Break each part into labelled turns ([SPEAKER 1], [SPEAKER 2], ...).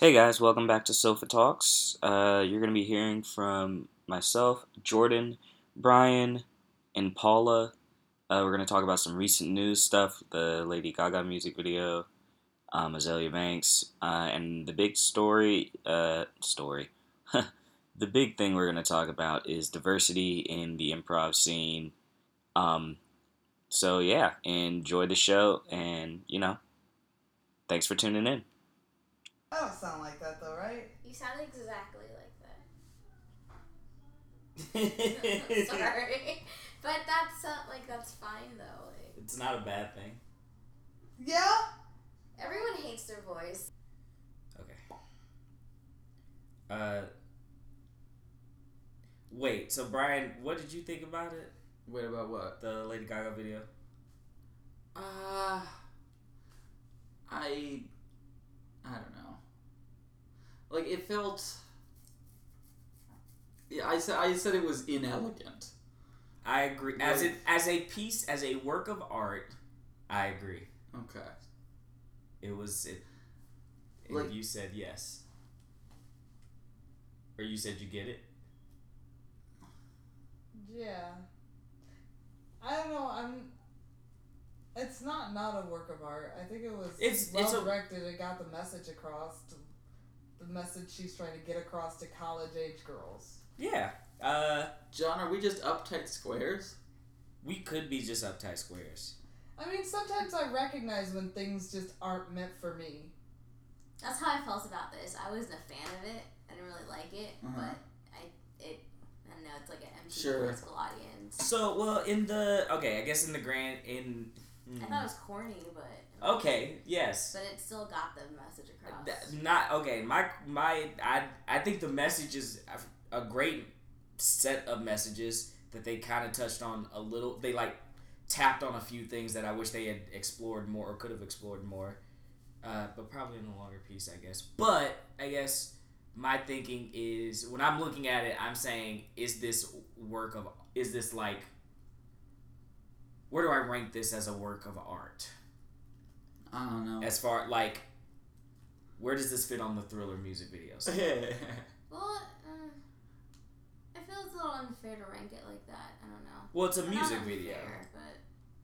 [SPEAKER 1] Hey guys, welcome back to Sofa Talks. Uh, you're going to be hearing from myself, Jordan, Brian, and Paula. Uh, we're going to talk about some recent news stuff the Lady Gaga music video, um, Azalea Banks, uh, and the big story. Uh, story. the big thing we're going to talk about is diversity in the improv scene. Um, so, yeah, enjoy the show, and, you know, thanks for tuning in.
[SPEAKER 2] I don't sound like that though, right?
[SPEAKER 3] You sound exactly like that. Sorry, but that's uh, like that's fine though. Like,
[SPEAKER 4] It's not a bad thing.
[SPEAKER 2] Yeah.
[SPEAKER 3] everyone hates their voice.
[SPEAKER 4] Okay. Uh. Wait. So Brian, what did you think about it?
[SPEAKER 5] Wait about what?
[SPEAKER 4] The Lady Gaga video.
[SPEAKER 5] Uh I I don't know. Like it felt Yeah, I said I said it was inelegant.
[SPEAKER 4] I agree. As
[SPEAKER 5] Like-
[SPEAKER 4] it as a piece, as a work of art, I agree.
[SPEAKER 5] Okay.
[SPEAKER 4] It was. It, and
[SPEAKER 5] Like-
[SPEAKER 4] you said yes. Or you said you get it.
[SPEAKER 2] Yeah. I don't know. I'm. It's not not a work of art. I think it was
[SPEAKER 4] It's- it's
[SPEAKER 2] well
[SPEAKER 4] a-
[SPEAKER 2] directed. It got the message across. To, the message she's trying to get across to college age girls.
[SPEAKER 4] Yeah. Uh,
[SPEAKER 5] John, are we just uptight squares?
[SPEAKER 4] we could be just uptight squares.
[SPEAKER 2] I mean, sometimes I recognize when things just aren't meant for me.
[SPEAKER 3] That's how I felt about this. I wasn't a fan of it. I didn't really like it,
[SPEAKER 5] Uh-huh.
[SPEAKER 3] but I it I don't know. It's like an empty
[SPEAKER 5] Sure.
[SPEAKER 3] political audience.
[SPEAKER 4] So well, in the okay, I guess in the grand in.
[SPEAKER 3] I thought it was corny, but
[SPEAKER 4] Okay. Yes.
[SPEAKER 3] but it still got the message across.
[SPEAKER 4] That- not okay. My my I I think the message is a great set of messages that they kind of touched on a little. They like tapped on a few things that I wish they had explored more or could have explored more. Uh, but probably in a longer piece, I guess. But I guess my thinking is when I'm looking at it, I'm saying, is this work of is this like where do I rank this as a work of art?
[SPEAKER 5] I don't know.
[SPEAKER 4] as far like where does this fit on the thriller music videos
[SPEAKER 3] well, uh, I feel it's a little unfair to rank it like that. I don't know.
[SPEAKER 4] well it's a
[SPEAKER 3] Not
[SPEAKER 4] music
[SPEAKER 3] unfair,
[SPEAKER 4] video
[SPEAKER 3] but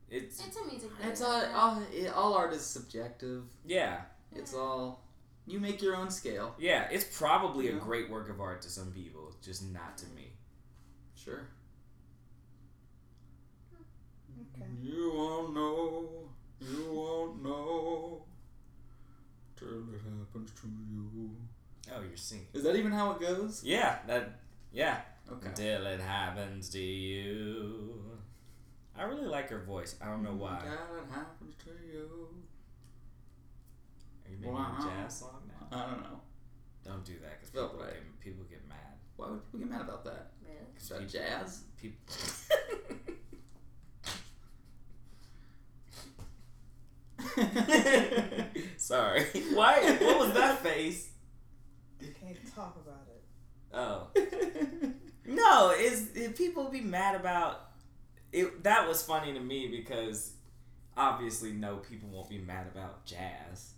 [SPEAKER 4] it's
[SPEAKER 3] it's a music video.
[SPEAKER 5] it's all,
[SPEAKER 3] yeah.
[SPEAKER 5] all it, all art is subjective.
[SPEAKER 4] yeah
[SPEAKER 5] It's all you make your own scale.
[SPEAKER 4] yeah it's probably a
[SPEAKER 5] Yeah.
[SPEAKER 4] great work of art to some people just not to me
[SPEAKER 5] Sure.
[SPEAKER 2] Okay.
[SPEAKER 5] You won't know. You won't know. Till it happens to you.
[SPEAKER 4] oh you're singing
[SPEAKER 5] Is that even how it goes?
[SPEAKER 4] yeah that yeah
[SPEAKER 5] Okay.
[SPEAKER 4] until it happens to you i really like her voice i don't know why
[SPEAKER 5] That it happens to you.
[SPEAKER 4] are you making
[SPEAKER 5] Wow.
[SPEAKER 4] a jazz song now
[SPEAKER 5] I don't know.
[SPEAKER 4] don't do that because
[SPEAKER 5] Felt
[SPEAKER 4] people,
[SPEAKER 5] right.
[SPEAKER 4] get- people get mad
[SPEAKER 5] Why would people get mad about that?
[SPEAKER 3] Really?
[SPEAKER 5] Is
[SPEAKER 4] 'Cause
[SPEAKER 5] that
[SPEAKER 4] people-
[SPEAKER 5] jazz?
[SPEAKER 4] people sorry why what was that face
[SPEAKER 2] Can't talk about it.
[SPEAKER 4] oh No, is people be mad about it? That was funny to me because obviously, no, people won't be mad about jazz.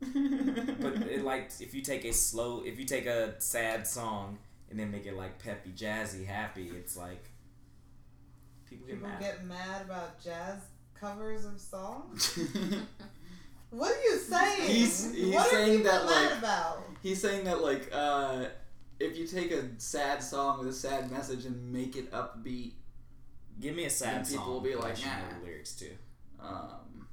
[SPEAKER 4] But it, like, if you take a slow, if you take a sad song and then make it like peppy, jazzy, happy, it's like people get
[SPEAKER 2] People
[SPEAKER 4] mad.
[SPEAKER 2] get mad about jazz covers of songs. What are you saying?
[SPEAKER 5] He's- he's
[SPEAKER 2] what are
[SPEAKER 5] saying
[SPEAKER 2] people
[SPEAKER 5] that,
[SPEAKER 2] mad
[SPEAKER 5] like-
[SPEAKER 2] about?
[SPEAKER 5] He's saying that like uh, if you take a sad song with a sad message and make it upbeat,
[SPEAKER 4] Give me a sad
[SPEAKER 5] Then people
[SPEAKER 4] song.
[SPEAKER 5] will be
[SPEAKER 4] that I
[SPEAKER 5] like,
[SPEAKER 4] should know
[SPEAKER 5] "Nah."
[SPEAKER 4] the lyrics too.
[SPEAKER 5] um,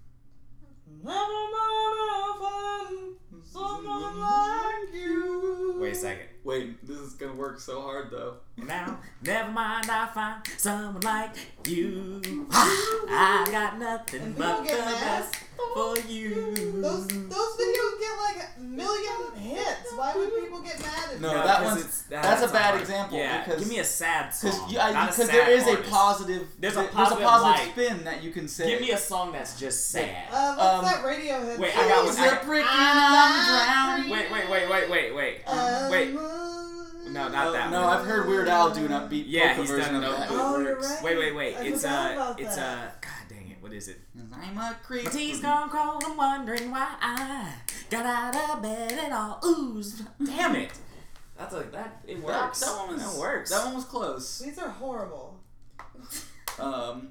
[SPEAKER 2] Never mind, fun. Someone like you.
[SPEAKER 4] Wait a second.
[SPEAKER 5] Wait, this is gonna work so hard though.
[SPEAKER 4] Now, never mind, I find someone like you. I got nothing
[SPEAKER 2] And people
[SPEAKER 4] but the
[SPEAKER 2] get mad.
[SPEAKER 4] best for you.
[SPEAKER 2] Those those videos get like a million hits. Why would people get mad at
[SPEAKER 5] No,
[SPEAKER 2] that?
[SPEAKER 5] that
[SPEAKER 4] because
[SPEAKER 5] one's-
[SPEAKER 4] it's-
[SPEAKER 5] that's a bad
[SPEAKER 4] hard.
[SPEAKER 5] example,
[SPEAKER 4] Yeah,
[SPEAKER 5] because-
[SPEAKER 4] give me a sad song.
[SPEAKER 5] Because yeah,
[SPEAKER 4] not a
[SPEAKER 5] because
[SPEAKER 4] sad
[SPEAKER 5] there is
[SPEAKER 4] artist.
[SPEAKER 5] a positive.
[SPEAKER 4] There's a
[SPEAKER 5] there-
[SPEAKER 4] positive light.
[SPEAKER 5] spin that you can say.
[SPEAKER 4] Give me a song that's just sad.
[SPEAKER 2] Uh, what's
[SPEAKER 5] Um,
[SPEAKER 2] that Radiohead?
[SPEAKER 4] wait, I
[SPEAKER 2] song?
[SPEAKER 4] got one. I
[SPEAKER 5] Zip
[SPEAKER 4] got-
[SPEAKER 5] Rick
[SPEAKER 2] I
[SPEAKER 5] and I'm drowned.
[SPEAKER 4] wait, wait, wait, wait, wait, wait.
[SPEAKER 2] Uh,
[SPEAKER 4] Wait.
[SPEAKER 2] moon.
[SPEAKER 4] No, not that
[SPEAKER 5] no,
[SPEAKER 4] one.
[SPEAKER 5] I've heard Weird Al do an upbeat
[SPEAKER 4] Yeah,
[SPEAKER 5] vocal
[SPEAKER 4] he's
[SPEAKER 5] version
[SPEAKER 4] done
[SPEAKER 5] of
[SPEAKER 4] an upbeat.
[SPEAKER 5] that.
[SPEAKER 2] Oh, you're
[SPEAKER 4] works.
[SPEAKER 2] right.
[SPEAKER 4] Wait, wait, wait.
[SPEAKER 2] I
[SPEAKER 4] it's
[SPEAKER 2] forgot
[SPEAKER 4] uh,
[SPEAKER 2] about
[SPEAKER 4] it's
[SPEAKER 2] that.
[SPEAKER 4] uh, god dang it, what is it?
[SPEAKER 5] I'm a creep.
[SPEAKER 4] My tea's gone cold, I'm wondering why I Got out of bed and all ooze. Damn it. That's like that. It works.
[SPEAKER 5] That, that one was
[SPEAKER 4] That works.
[SPEAKER 5] That one was close.
[SPEAKER 2] These are horrible.
[SPEAKER 5] Um,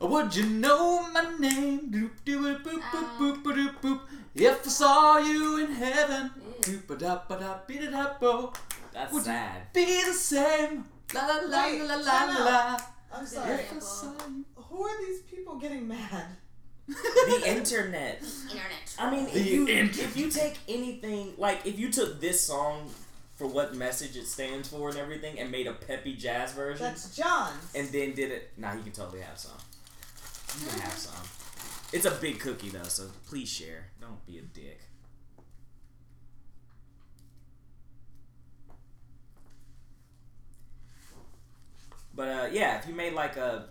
[SPEAKER 5] would you know my name? Doop doop boop boop boop
[SPEAKER 2] Uh.
[SPEAKER 3] Um.
[SPEAKER 5] ba doop boop. If I saw you in heaven,
[SPEAKER 3] Ew.
[SPEAKER 5] doop ba da ba da be da da bo,
[SPEAKER 4] That's
[SPEAKER 5] Would you-
[SPEAKER 4] sad.
[SPEAKER 5] be the same. La la la
[SPEAKER 2] Wait,
[SPEAKER 5] la la
[SPEAKER 2] time
[SPEAKER 5] la la.
[SPEAKER 2] I'm sorry.
[SPEAKER 5] If I saw you.
[SPEAKER 2] Who are these people getting mad?
[SPEAKER 4] The internet.
[SPEAKER 3] Internet.
[SPEAKER 4] I mean,
[SPEAKER 5] The
[SPEAKER 4] if you,
[SPEAKER 5] internet.
[SPEAKER 4] if you take anything, like if you took this song for what message it stands for and everything, and made a peppy jazz version,
[SPEAKER 2] That's John.
[SPEAKER 4] and then did it, nah, you can totally have some. You can have some. It's a big cookie though, so please share. Don't be a dick. But uh, yeah, if you made like a,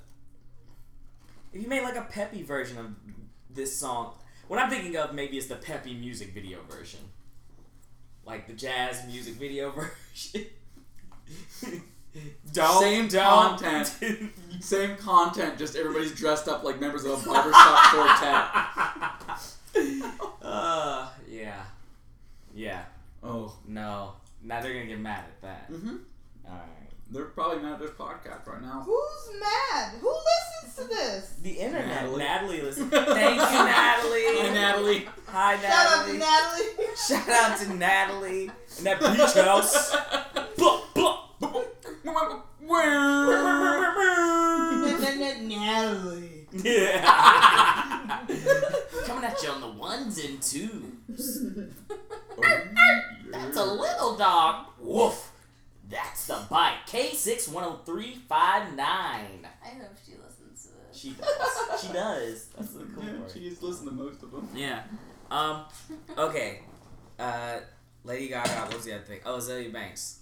[SPEAKER 4] if you made like a peppy version of this song, what I'm thinking of maybe is the peppy music video version, like the jazz music video version. don't
[SPEAKER 5] Same
[SPEAKER 4] don't-
[SPEAKER 5] content. Same content, just everybody's dressed up like members of a barbershop quartet.
[SPEAKER 4] uh, yeah. Yeah.
[SPEAKER 5] Oh,
[SPEAKER 4] No. Now they're gonna get mad at that.
[SPEAKER 5] mm-hmm.
[SPEAKER 4] Alright.
[SPEAKER 5] They're probably not at this podcast right now.
[SPEAKER 2] Who's mad? Who listens to this?
[SPEAKER 4] The internet.
[SPEAKER 5] Natalie.
[SPEAKER 4] Natalie, listen. Thank you, Natalie.
[SPEAKER 5] Hi, Natalie.
[SPEAKER 4] Hi,
[SPEAKER 2] Shout out to
[SPEAKER 4] Natalie.
[SPEAKER 2] Natalie.
[SPEAKER 4] Shout out to Natalie. And that beach house. Buh, buh.
[SPEAKER 2] Natalie.
[SPEAKER 4] yeah. Coming at you on the ones and twos. That's a little dog. Woof. That's the bite. K610359.
[SPEAKER 3] I hope she listens to this.
[SPEAKER 4] She does. she does. That's the cool part.
[SPEAKER 5] She's listened to most of them.
[SPEAKER 4] Yeah. Um.
[SPEAKER 5] Oh.
[SPEAKER 4] Okay. Uh, Lady Gaga. What's the other thing? Oh, Azalea Banks.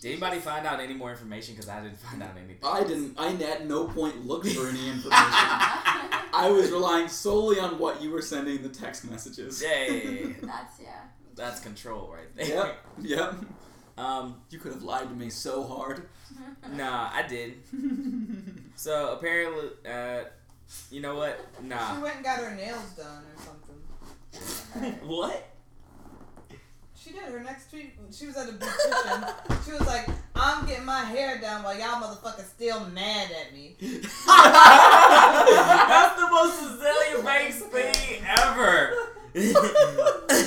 [SPEAKER 4] Did anybody find out any more information? Because I didn't find out anything.
[SPEAKER 5] I didn't. I at no point looked for any information. I was relying solely on what you were sending the text messages.
[SPEAKER 4] Yay.
[SPEAKER 3] That's yeah.
[SPEAKER 4] That's control right there.
[SPEAKER 5] Yep. Yep.
[SPEAKER 4] Um.
[SPEAKER 5] You could have lied to me so hard.
[SPEAKER 4] Nah, I did. So apparently, uh, you know what?
[SPEAKER 2] She
[SPEAKER 4] Nah.
[SPEAKER 2] went and got her nails done or something.
[SPEAKER 4] what?
[SPEAKER 2] She did her next tweet. She was at a beautician. she was like, "I'm getting my hair done while y'all motherfuckers still mad at me."
[SPEAKER 4] That's the most Azalea Banks thing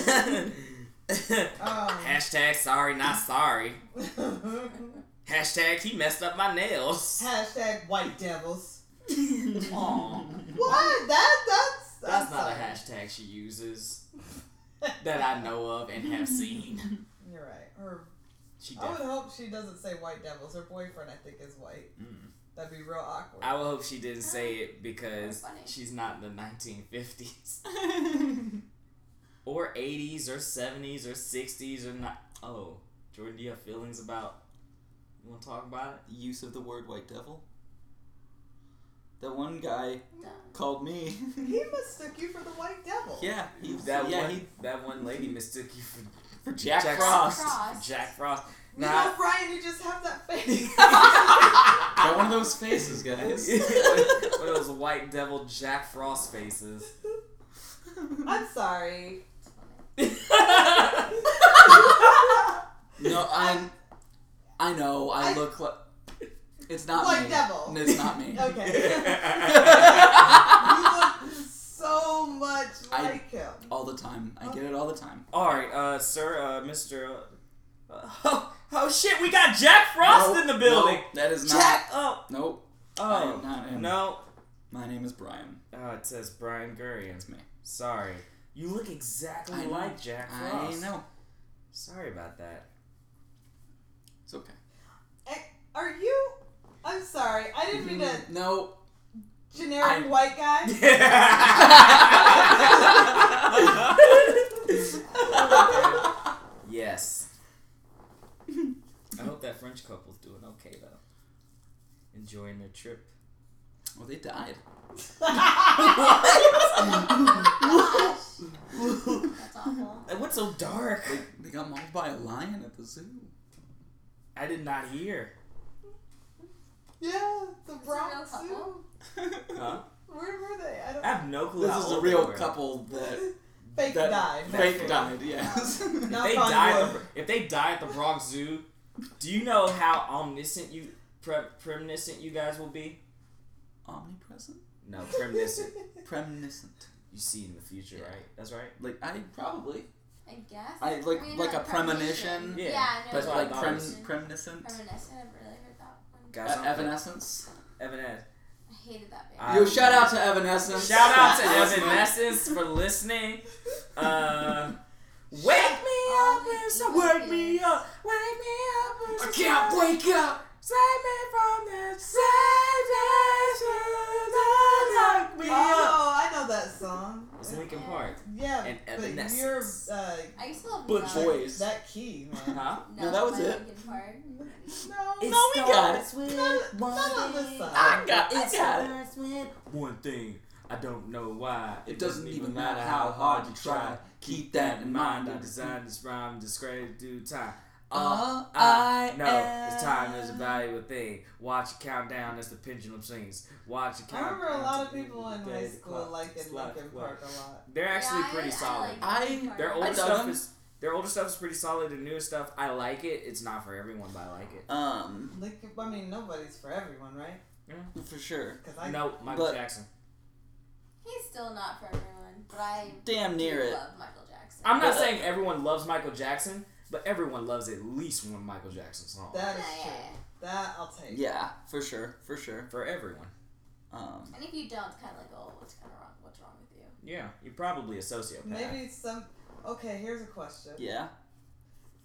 [SPEAKER 4] ever.
[SPEAKER 2] Um,
[SPEAKER 4] Hashtag sorry, not sorry. Hashtag he messed up my nails.
[SPEAKER 2] hashtag white devils.
[SPEAKER 4] Aw.
[SPEAKER 2] What? That that's
[SPEAKER 4] That's
[SPEAKER 2] I'm
[SPEAKER 4] not a
[SPEAKER 2] sorry.
[SPEAKER 4] hashtag she uses that I know of and have seen.
[SPEAKER 2] You're right. Her,
[SPEAKER 4] She
[SPEAKER 2] I would
[SPEAKER 4] def-
[SPEAKER 2] hope she doesn't say white devils. Her boyfriend, I think, is white.
[SPEAKER 4] Mm.
[SPEAKER 2] That'd be real awkward.
[SPEAKER 4] I would hope she didn't say it because
[SPEAKER 3] Funny.
[SPEAKER 4] she's not in the 1950s or 80s or 70s or 60s or not. Oh, Jordan, do you have feelings about? You want to talk about it?
[SPEAKER 5] Use of the word white devil. That one guy
[SPEAKER 3] Done.
[SPEAKER 5] called me.
[SPEAKER 2] he mistook you for the white devil.
[SPEAKER 5] yeah. He,
[SPEAKER 4] That
[SPEAKER 5] yeah.
[SPEAKER 4] one,
[SPEAKER 5] He,
[SPEAKER 4] that one lady mistook you for
[SPEAKER 5] for Jack,
[SPEAKER 4] Jack
[SPEAKER 5] Frost.
[SPEAKER 3] Frost.
[SPEAKER 4] Jack Frost.
[SPEAKER 2] You
[SPEAKER 4] Nah.
[SPEAKER 2] know, Brian, you just have that face.
[SPEAKER 5] Got one of those faces, guys.
[SPEAKER 4] one of those white devil Jack Frost faces.
[SPEAKER 2] I'm sorry.
[SPEAKER 5] no, I'm. I know. I,
[SPEAKER 2] I-
[SPEAKER 5] look like. It's not
[SPEAKER 2] White
[SPEAKER 5] me.
[SPEAKER 2] devil.
[SPEAKER 5] It's not me.
[SPEAKER 2] Okay. you look so much
[SPEAKER 5] I-
[SPEAKER 2] like him.
[SPEAKER 5] all the time. I get it all the time.
[SPEAKER 4] All right, uh, sir, uh, Mister. Uh, uh, oh, oh shit, we got Jack Frost
[SPEAKER 5] Nope,
[SPEAKER 4] in the building.
[SPEAKER 5] nope, that is not.
[SPEAKER 4] Jack. Oh,
[SPEAKER 5] Nope. I am
[SPEAKER 4] oh,
[SPEAKER 5] not him.
[SPEAKER 4] no.
[SPEAKER 5] My name is Brian.
[SPEAKER 4] Oh, it says Brian Gurian.
[SPEAKER 5] It's me.
[SPEAKER 4] Sorry, you look exactly
[SPEAKER 5] I know.
[SPEAKER 4] like Jack Frost.
[SPEAKER 5] I know.
[SPEAKER 4] Sorry about that.
[SPEAKER 5] It's okay.
[SPEAKER 2] Are you? I'm sorry. I didn't mean a
[SPEAKER 5] No.
[SPEAKER 4] Mm-hmm.
[SPEAKER 2] generic
[SPEAKER 5] I'm-
[SPEAKER 2] white guy.
[SPEAKER 4] yes. I hope that French couple's doing okay though. Enjoying their trip.
[SPEAKER 5] Well, they died.
[SPEAKER 3] Gosh. That's awful.
[SPEAKER 4] Like, What's so dark?
[SPEAKER 5] They, they got mauled by a lion at the zoo.
[SPEAKER 4] I did not hear.
[SPEAKER 2] yeah, the Bronx.
[SPEAKER 3] couple?
[SPEAKER 2] Zoo.
[SPEAKER 4] Huh?
[SPEAKER 2] Where were they? I
[SPEAKER 4] I
[SPEAKER 2] don't.
[SPEAKER 4] have no clue.
[SPEAKER 5] This
[SPEAKER 4] how
[SPEAKER 5] is a
[SPEAKER 4] old
[SPEAKER 5] real
[SPEAKER 4] they were.
[SPEAKER 5] couple that
[SPEAKER 2] Fake
[SPEAKER 5] That-
[SPEAKER 2] died.
[SPEAKER 5] Fake died, yes.
[SPEAKER 2] Knock
[SPEAKER 4] they
[SPEAKER 2] on
[SPEAKER 4] die at
[SPEAKER 2] wood.
[SPEAKER 4] the, if they die at the Bronx Zoo, do you know how omniscient you pre, premniscent you guys will be?
[SPEAKER 5] Omnipresent?
[SPEAKER 4] No, premniscent.
[SPEAKER 5] Premniscient.
[SPEAKER 4] you see in the future, right? That's right.
[SPEAKER 5] Like, I probably.
[SPEAKER 3] I guess.
[SPEAKER 5] I- like- like
[SPEAKER 3] not
[SPEAKER 5] a premonition.
[SPEAKER 3] Yeah,
[SPEAKER 4] Yeah,
[SPEAKER 3] no,
[SPEAKER 5] But
[SPEAKER 4] That's what I
[SPEAKER 5] like,
[SPEAKER 4] thought
[SPEAKER 5] prem,
[SPEAKER 4] it was.
[SPEAKER 5] premniscent?
[SPEAKER 3] Premonition. I've really heard that one.
[SPEAKER 4] Guys,
[SPEAKER 5] Uh,
[SPEAKER 4] I'm-
[SPEAKER 5] Evanescence?
[SPEAKER 4] Evanes-
[SPEAKER 3] I hated that
[SPEAKER 4] I-
[SPEAKER 3] band.
[SPEAKER 5] Yo, shout out to Evanescence.
[SPEAKER 4] Shout out to
[SPEAKER 5] That's awesome.
[SPEAKER 4] Evanescence for listening. Uh, wake me up, and so wake me up, wake me up. and
[SPEAKER 5] I
[SPEAKER 4] so-
[SPEAKER 5] can't wake up!
[SPEAKER 4] Save me from the sadness. Lock me up.
[SPEAKER 2] Oh, I know that song.
[SPEAKER 4] It's Linkin Park.
[SPEAKER 2] Yeah,
[SPEAKER 4] And
[SPEAKER 2] but you're
[SPEAKER 4] Evanescence.
[SPEAKER 2] uh,
[SPEAKER 3] I used to love
[SPEAKER 5] But
[SPEAKER 3] Nirvana.
[SPEAKER 5] boy-
[SPEAKER 2] it's that key, man.
[SPEAKER 4] Huh?
[SPEAKER 5] No, that was
[SPEAKER 3] by
[SPEAKER 5] it.
[SPEAKER 3] Linkin Park.
[SPEAKER 2] No,
[SPEAKER 4] It
[SPEAKER 2] no, we got it.
[SPEAKER 4] starts
[SPEAKER 2] Not, not on this side.
[SPEAKER 5] I got
[SPEAKER 4] It
[SPEAKER 5] it. Got it.
[SPEAKER 4] starts with one thing. I don't know why.
[SPEAKER 5] It doesn't even matter how hard you try. Keep that in mind.
[SPEAKER 4] I designed this rhyme, describe due time.
[SPEAKER 5] Uh,
[SPEAKER 4] I know this time is a valuable thing. Watch it count down as the pendulum swings. Watch it
[SPEAKER 2] I
[SPEAKER 4] count.
[SPEAKER 2] remember a
[SPEAKER 4] down
[SPEAKER 2] lot
[SPEAKER 4] to
[SPEAKER 2] of people in
[SPEAKER 4] the
[SPEAKER 2] high
[SPEAKER 4] day
[SPEAKER 2] school
[SPEAKER 4] clock.
[SPEAKER 2] liking
[SPEAKER 4] It's
[SPEAKER 2] Linkin
[SPEAKER 4] like-
[SPEAKER 2] Park a lot.
[SPEAKER 4] They're actually
[SPEAKER 3] Yeah, I-
[SPEAKER 4] pretty
[SPEAKER 3] I
[SPEAKER 4] solid.
[SPEAKER 3] like
[SPEAKER 5] I-
[SPEAKER 3] Linkin Park.
[SPEAKER 4] their
[SPEAKER 5] I
[SPEAKER 4] older
[SPEAKER 5] dug
[SPEAKER 4] stuff
[SPEAKER 5] them.
[SPEAKER 4] is their older stuff is pretty solid. The newer stuff, I like it. It's not for everyone, but I like it.
[SPEAKER 5] Um,
[SPEAKER 2] Linkin, I mean, nobody's for everyone, right?
[SPEAKER 5] for sure.
[SPEAKER 2] Because I
[SPEAKER 4] no, Michael
[SPEAKER 5] But-
[SPEAKER 4] Jackson.
[SPEAKER 3] He's still not for everyone, but I
[SPEAKER 5] Damn near
[SPEAKER 3] do
[SPEAKER 5] it.
[SPEAKER 3] love Michael Jackson.
[SPEAKER 4] I'm not
[SPEAKER 5] But-
[SPEAKER 4] saying everyone loves Michael Jackson, but everyone loves at least one Michael Jackson song.
[SPEAKER 2] that is
[SPEAKER 3] Yeah, yeah,
[SPEAKER 2] true. That I'll take.
[SPEAKER 5] Yeah, for sure, for sure.
[SPEAKER 4] for everyone.
[SPEAKER 5] Um,
[SPEAKER 3] And if you don't, it's kind of like, oh, what's kind of wrong? What's wrong with you?
[SPEAKER 4] Yeah, you're probably a sociopath.
[SPEAKER 2] Maybe some. Okay, here's a question.
[SPEAKER 5] yeah.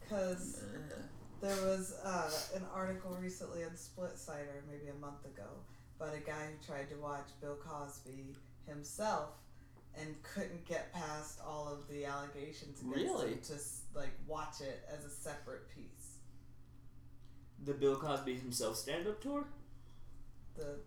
[SPEAKER 2] Because
[SPEAKER 5] Uh,
[SPEAKER 2] there was uh, an article recently in Split Sider, maybe a month ago, about a guy who tried to watch Bill Cosby himself and couldn't get past all of the allegations against
[SPEAKER 5] Really?
[SPEAKER 2] him to s- like watch it as a separate piece.
[SPEAKER 4] The Bill Cosby himself stand up tour?
[SPEAKER 2] The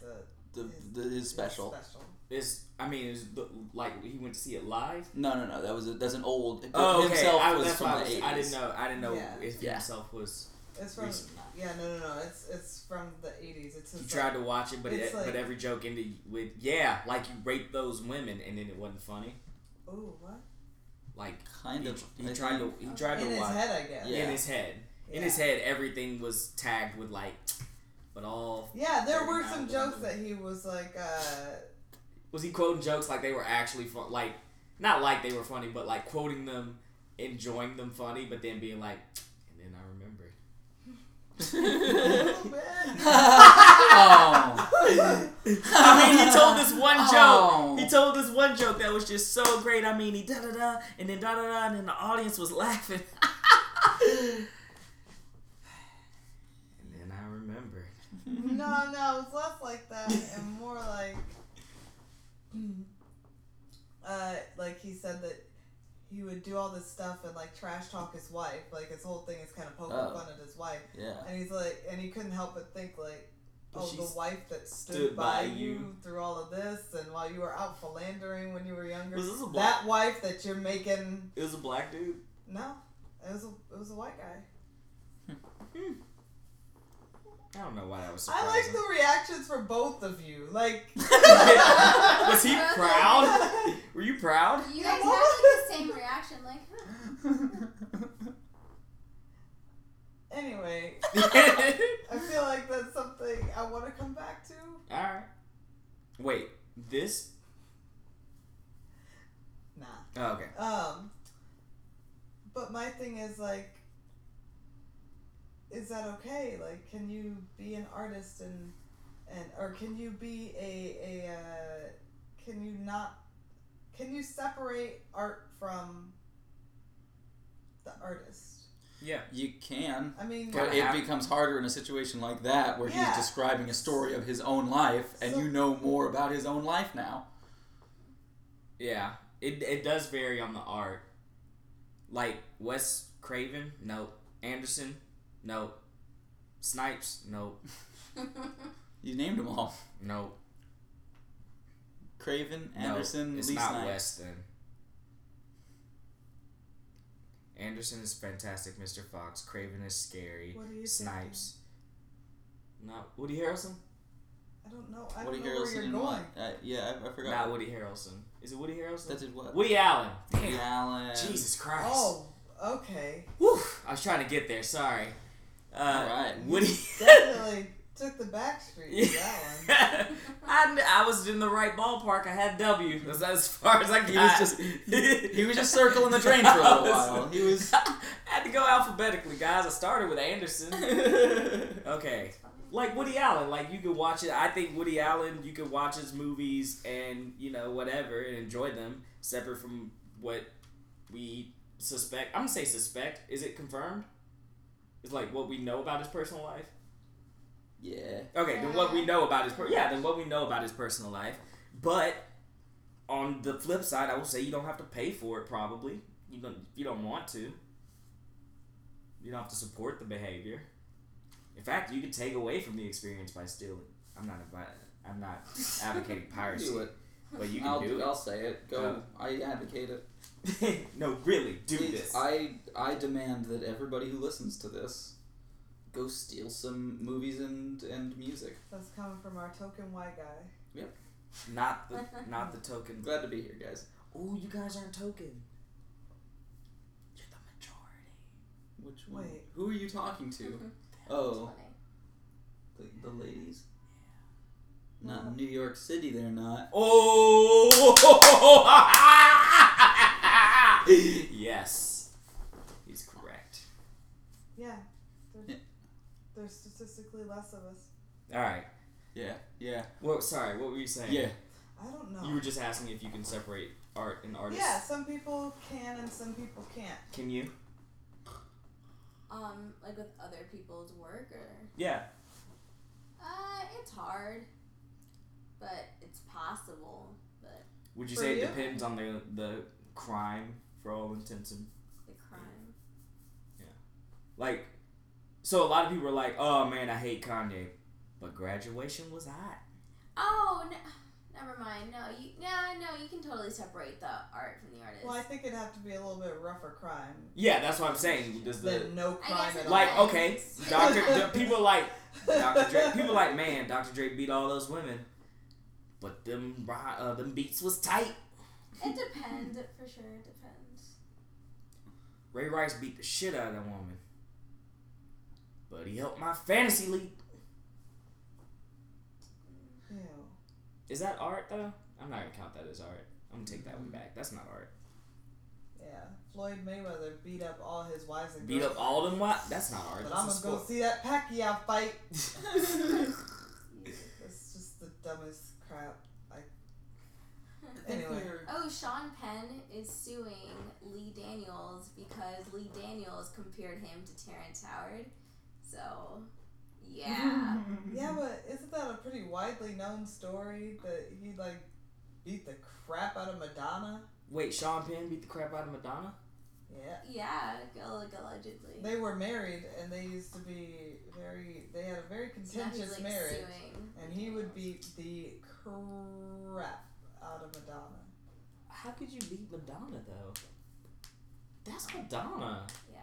[SPEAKER 2] the
[SPEAKER 5] the,
[SPEAKER 2] his-
[SPEAKER 5] the is special.
[SPEAKER 2] His special.
[SPEAKER 4] Is I mean, is the, like he went to see it live?
[SPEAKER 5] No, no, no. That was a, that's an old.
[SPEAKER 4] Oh, okay.
[SPEAKER 5] himself
[SPEAKER 4] I,
[SPEAKER 5] was
[SPEAKER 4] that's
[SPEAKER 5] from
[SPEAKER 4] why I,
[SPEAKER 5] the
[SPEAKER 4] was-
[SPEAKER 5] 80s.
[SPEAKER 4] I didn't know. I didn't know
[SPEAKER 2] Yeah.
[SPEAKER 4] if he
[SPEAKER 5] Yeah.
[SPEAKER 4] himself was.
[SPEAKER 2] It's from
[SPEAKER 4] Recent.
[SPEAKER 2] yeah no no no it's it's from the eighties. It's his,
[SPEAKER 4] He
[SPEAKER 2] like,
[SPEAKER 4] tried to watch it, but it,
[SPEAKER 2] It's like-
[SPEAKER 4] but every joke ended with yeah, like you raped those women, and then it wasn't funny.
[SPEAKER 2] ooh what
[SPEAKER 4] Like
[SPEAKER 5] Kind
[SPEAKER 4] he,
[SPEAKER 5] of.
[SPEAKER 4] he
[SPEAKER 5] I
[SPEAKER 4] tried to
[SPEAKER 5] think-
[SPEAKER 4] he tried
[SPEAKER 2] in
[SPEAKER 4] to
[SPEAKER 2] his
[SPEAKER 4] watch
[SPEAKER 2] head I guess.
[SPEAKER 5] Yeah.
[SPEAKER 4] in his head. In his head, everything was tagged with like, but all
[SPEAKER 2] Yeah, there were some
[SPEAKER 4] 39
[SPEAKER 2] jokes that
[SPEAKER 4] women.
[SPEAKER 2] he was like, uh,
[SPEAKER 4] was he quoting jokes like they were actually fun, like not like they were funny, but like quoting them, enjoying them funny, but then being like, and then I remember.
[SPEAKER 2] a little bit.
[SPEAKER 5] oh.
[SPEAKER 4] I mean, he told this one joke.
[SPEAKER 5] Oh.
[SPEAKER 4] He told this one joke that was just so great. I mean, he da da da, and then da da da, and then the audience was laughing. and then I remember.
[SPEAKER 2] no, no, it was less like that and more like, hmm, uh, like he said that he would do all this stuff and like trash talk his wife. Like his whole thing is kind of poking
[SPEAKER 5] Oh.
[SPEAKER 2] fun at his wife,
[SPEAKER 5] Yeah.
[SPEAKER 2] and he's like, and he couldn't help but think like.
[SPEAKER 4] But
[SPEAKER 2] Oh,
[SPEAKER 4] she
[SPEAKER 2] the
[SPEAKER 4] s-
[SPEAKER 2] wife that stood,
[SPEAKER 4] stood
[SPEAKER 2] by,
[SPEAKER 4] by
[SPEAKER 2] you,
[SPEAKER 4] you.
[SPEAKER 2] through all of this, and while you were out philandering when you were younger,
[SPEAKER 4] Was this a black?
[SPEAKER 2] that wife that you're making
[SPEAKER 4] It was a black dude.
[SPEAKER 2] No, it was a, it was a white guy.
[SPEAKER 4] I don't know why that was
[SPEAKER 2] I
[SPEAKER 4] surprising.
[SPEAKER 2] like the reactions for both of you. Like,
[SPEAKER 4] was he proud? Were you proud?
[SPEAKER 3] You
[SPEAKER 2] Yeah,
[SPEAKER 3] guys had
[SPEAKER 2] what
[SPEAKER 3] like the same reaction, like, huh?
[SPEAKER 2] anyway,
[SPEAKER 4] All
[SPEAKER 2] I feel like that's something I want to come back to.
[SPEAKER 4] right. Wait, this?
[SPEAKER 2] Nah.
[SPEAKER 4] Oh, okay.
[SPEAKER 2] Um. But my thing is like, is that okay? Like, can you be an artist and and or can you be a a uh, can you not can you separate art from the artist?
[SPEAKER 4] Yeah.
[SPEAKER 5] You can.
[SPEAKER 2] I mean,
[SPEAKER 4] Got
[SPEAKER 5] But
[SPEAKER 4] Yeah.
[SPEAKER 5] it becomes harder in a situation like that where
[SPEAKER 2] Yeah.
[SPEAKER 5] he's describing a story of his own life and
[SPEAKER 2] So-
[SPEAKER 5] you know more about his own life now.
[SPEAKER 4] Yeah, it it does vary on the art. Like Wes Craven, no. Anderson, no. Snipes, no.
[SPEAKER 5] You named them all.
[SPEAKER 4] No.
[SPEAKER 5] Craven,
[SPEAKER 4] no.
[SPEAKER 5] Anderson,
[SPEAKER 4] it's
[SPEAKER 5] Lee
[SPEAKER 4] not
[SPEAKER 5] Snipes.
[SPEAKER 4] Wes then. Anderson is fantastic, Mr. Fox. Craven is scary.
[SPEAKER 2] What are you
[SPEAKER 4] Snipes. Not Woody Harrelson.
[SPEAKER 2] I don't know. I don't
[SPEAKER 5] Woody
[SPEAKER 2] know where
[SPEAKER 5] Harrelson
[SPEAKER 2] you're
[SPEAKER 5] and
[SPEAKER 2] going.
[SPEAKER 5] what? Uh, yeah, I, I forgot.
[SPEAKER 4] Not Woody Harrelson. Is it Woody Harrelson?
[SPEAKER 5] That did what?
[SPEAKER 4] Woody Allen.
[SPEAKER 5] Woody Allen.
[SPEAKER 4] Jesus Christ.
[SPEAKER 2] Oh, okay.
[SPEAKER 4] Whew. I was trying to get there. Sorry. Uh,
[SPEAKER 5] All right.
[SPEAKER 4] Woody.
[SPEAKER 2] Definitely took the back street
[SPEAKER 4] Yeah.
[SPEAKER 2] with that one.
[SPEAKER 4] I, kn- I was in the right ballpark. I had W. That's as far as I got.
[SPEAKER 5] He was just- He was just circling the drain for a
[SPEAKER 4] I
[SPEAKER 5] little
[SPEAKER 4] was-
[SPEAKER 5] while. He was.
[SPEAKER 4] I had to go alphabetically, guys. I started with Anderson. Okay. Like Woody Allen, like you could watch it. I think Woody Allen, you could watch his movies and you know whatever and enjoy them, separate from what we suspect. I'm gonna say suspect. Is it confirmed? It's like what we know about his personal life.
[SPEAKER 5] yeah.
[SPEAKER 4] Okay, then what we know about his per- yeah, then what we know about his personal life. But on the flip side, I will say you don't have to pay for it. Probably you don't. If you don't want to, you don't have to support the behavior. In fact, you could take away from the experience by stealing. I'm not invi- I'm not advocating piracy,
[SPEAKER 5] Do it.
[SPEAKER 4] but you can
[SPEAKER 5] I'll,
[SPEAKER 4] do
[SPEAKER 5] I'll say it. Go.
[SPEAKER 4] Uh,
[SPEAKER 5] I advocate it.
[SPEAKER 4] it. no, really, do
[SPEAKER 5] Please,
[SPEAKER 4] this.
[SPEAKER 5] I I demand that everybody who listens to this go steal some movies and and music.
[SPEAKER 2] That's coming from our token white guy.
[SPEAKER 4] not the not the token.
[SPEAKER 5] Glad to be here, guys.
[SPEAKER 4] Oh, you guys aren't token. You're the majority.
[SPEAKER 5] Which one?
[SPEAKER 2] Wait.
[SPEAKER 5] Who are you talking to? Oh, the, the ladies. Not in New York City, they're not.
[SPEAKER 4] Oh! yes. He's correct.
[SPEAKER 2] Yeah.
[SPEAKER 5] Yeah.
[SPEAKER 2] There's, there's statistically less of us.
[SPEAKER 4] All right.
[SPEAKER 5] Yeah, yeah,
[SPEAKER 4] Well, sorry. What were you saying?
[SPEAKER 5] yeah.
[SPEAKER 2] I don't know.
[SPEAKER 4] You were just asking if you can separate art and artists.
[SPEAKER 2] yeah, some people can and some people can't.
[SPEAKER 4] Can you?
[SPEAKER 3] Um, like with other people's work, or
[SPEAKER 4] Yeah.
[SPEAKER 3] uh, it's hard, but it's possible. But
[SPEAKER 4] Would you
[SPEAKER 2] For
[SPEAKER 4] say
[SPEAKER 2] you?
[SPEAKER 4] it depends on the the crime for all intents and
[SPEAKER 3] the crime.
[SPEAKER 4] like? So a lot of people are like, "Oh man, I hate Kanye," but graduation was hot.
[SPEAKER 3] Oh, no, never mind. No, you. Yeah, no, you can totally separate the art from the artist.
[SPEAKER 2] Well, I think it'd have to be a little bit rougher crime
[SPEAKER 4] Yeah, that's what I'm saying. Does the
[SPEAKER 2] than no
[SPEAKER 3] I
[SPEAKER 2] crime
[SPEAKER 3] guess
[SPEAKER 2] at
[SPEAKER 3] it
[SPEAKER 2] all.
[SPEAKER 4] like okay, Doctor? People like Dr. Dre.
[SPEAKER 2] Drake.
[SPEAKER 4] People like, man, Dr. Dre beat all those women, but them ri- uh, them beats was tight.
[SPEAKER 3] It depends. It for sure depends.
[SPEAKER 4] Ray Rice beat the shit out of that woman, but he helped my fantasy league.
[SPEAKER 2] Ew.
[SPEAKER 4] Is that art though? I'm not gonna count that as art. I'm gonna take that one back. That's not art.
[SPEAKER 2] Yeah. Floyd Mayweather beat up all his wives and
[SPEAKER 4] Beat up
[SPEAKER 2] girlfriends.
[SPEAKER 4] all them what? That's not art.
[SPEAKER 2] But I'm
[SPEAKER 4] That's
[SPEAKER 2] gonna go
[SPEAKER 4] a
[SPEAKER 2] see that Pacquiao fight.
[SPEAKER 4] sport.
[SPEAKER 2] It's just the dumbest crap. Like,
[SPEAKER 5] I think
[SPEAKER 2] anyway,
[SPEAKER 5] they're-
[SPEAKER 3] Oh, Sean Penn is suing Lee Daniels because Lee Daniels compared him to Terrence Howard. So, yeah.
[SPEAKER 2] yeah, but isn't that a pretty widely known story that he like beat the crap out of Madonna?
[SPEAKER 4] Wait, Sean Penn beat the crap out of Madonna?
[SPEAKER 2] Yeah,
[SPEAKER 3] yeah, like allegedly.
[SPEAKER 2] they were married and they used to be very. They had a very
[SPEAKER 3] So now he's,
[SPEAKER 2] contentious
[SPEAKER 3] like,
[SPEAKER 2] marriage,
[SPEAKER 3] suing
[SPEAKER 2] and he would beat the crap out of Madonna.
[SPEAKER 4] How could you beat Madonna though? That's Madonna.
[SPEAKER 3] Yeah.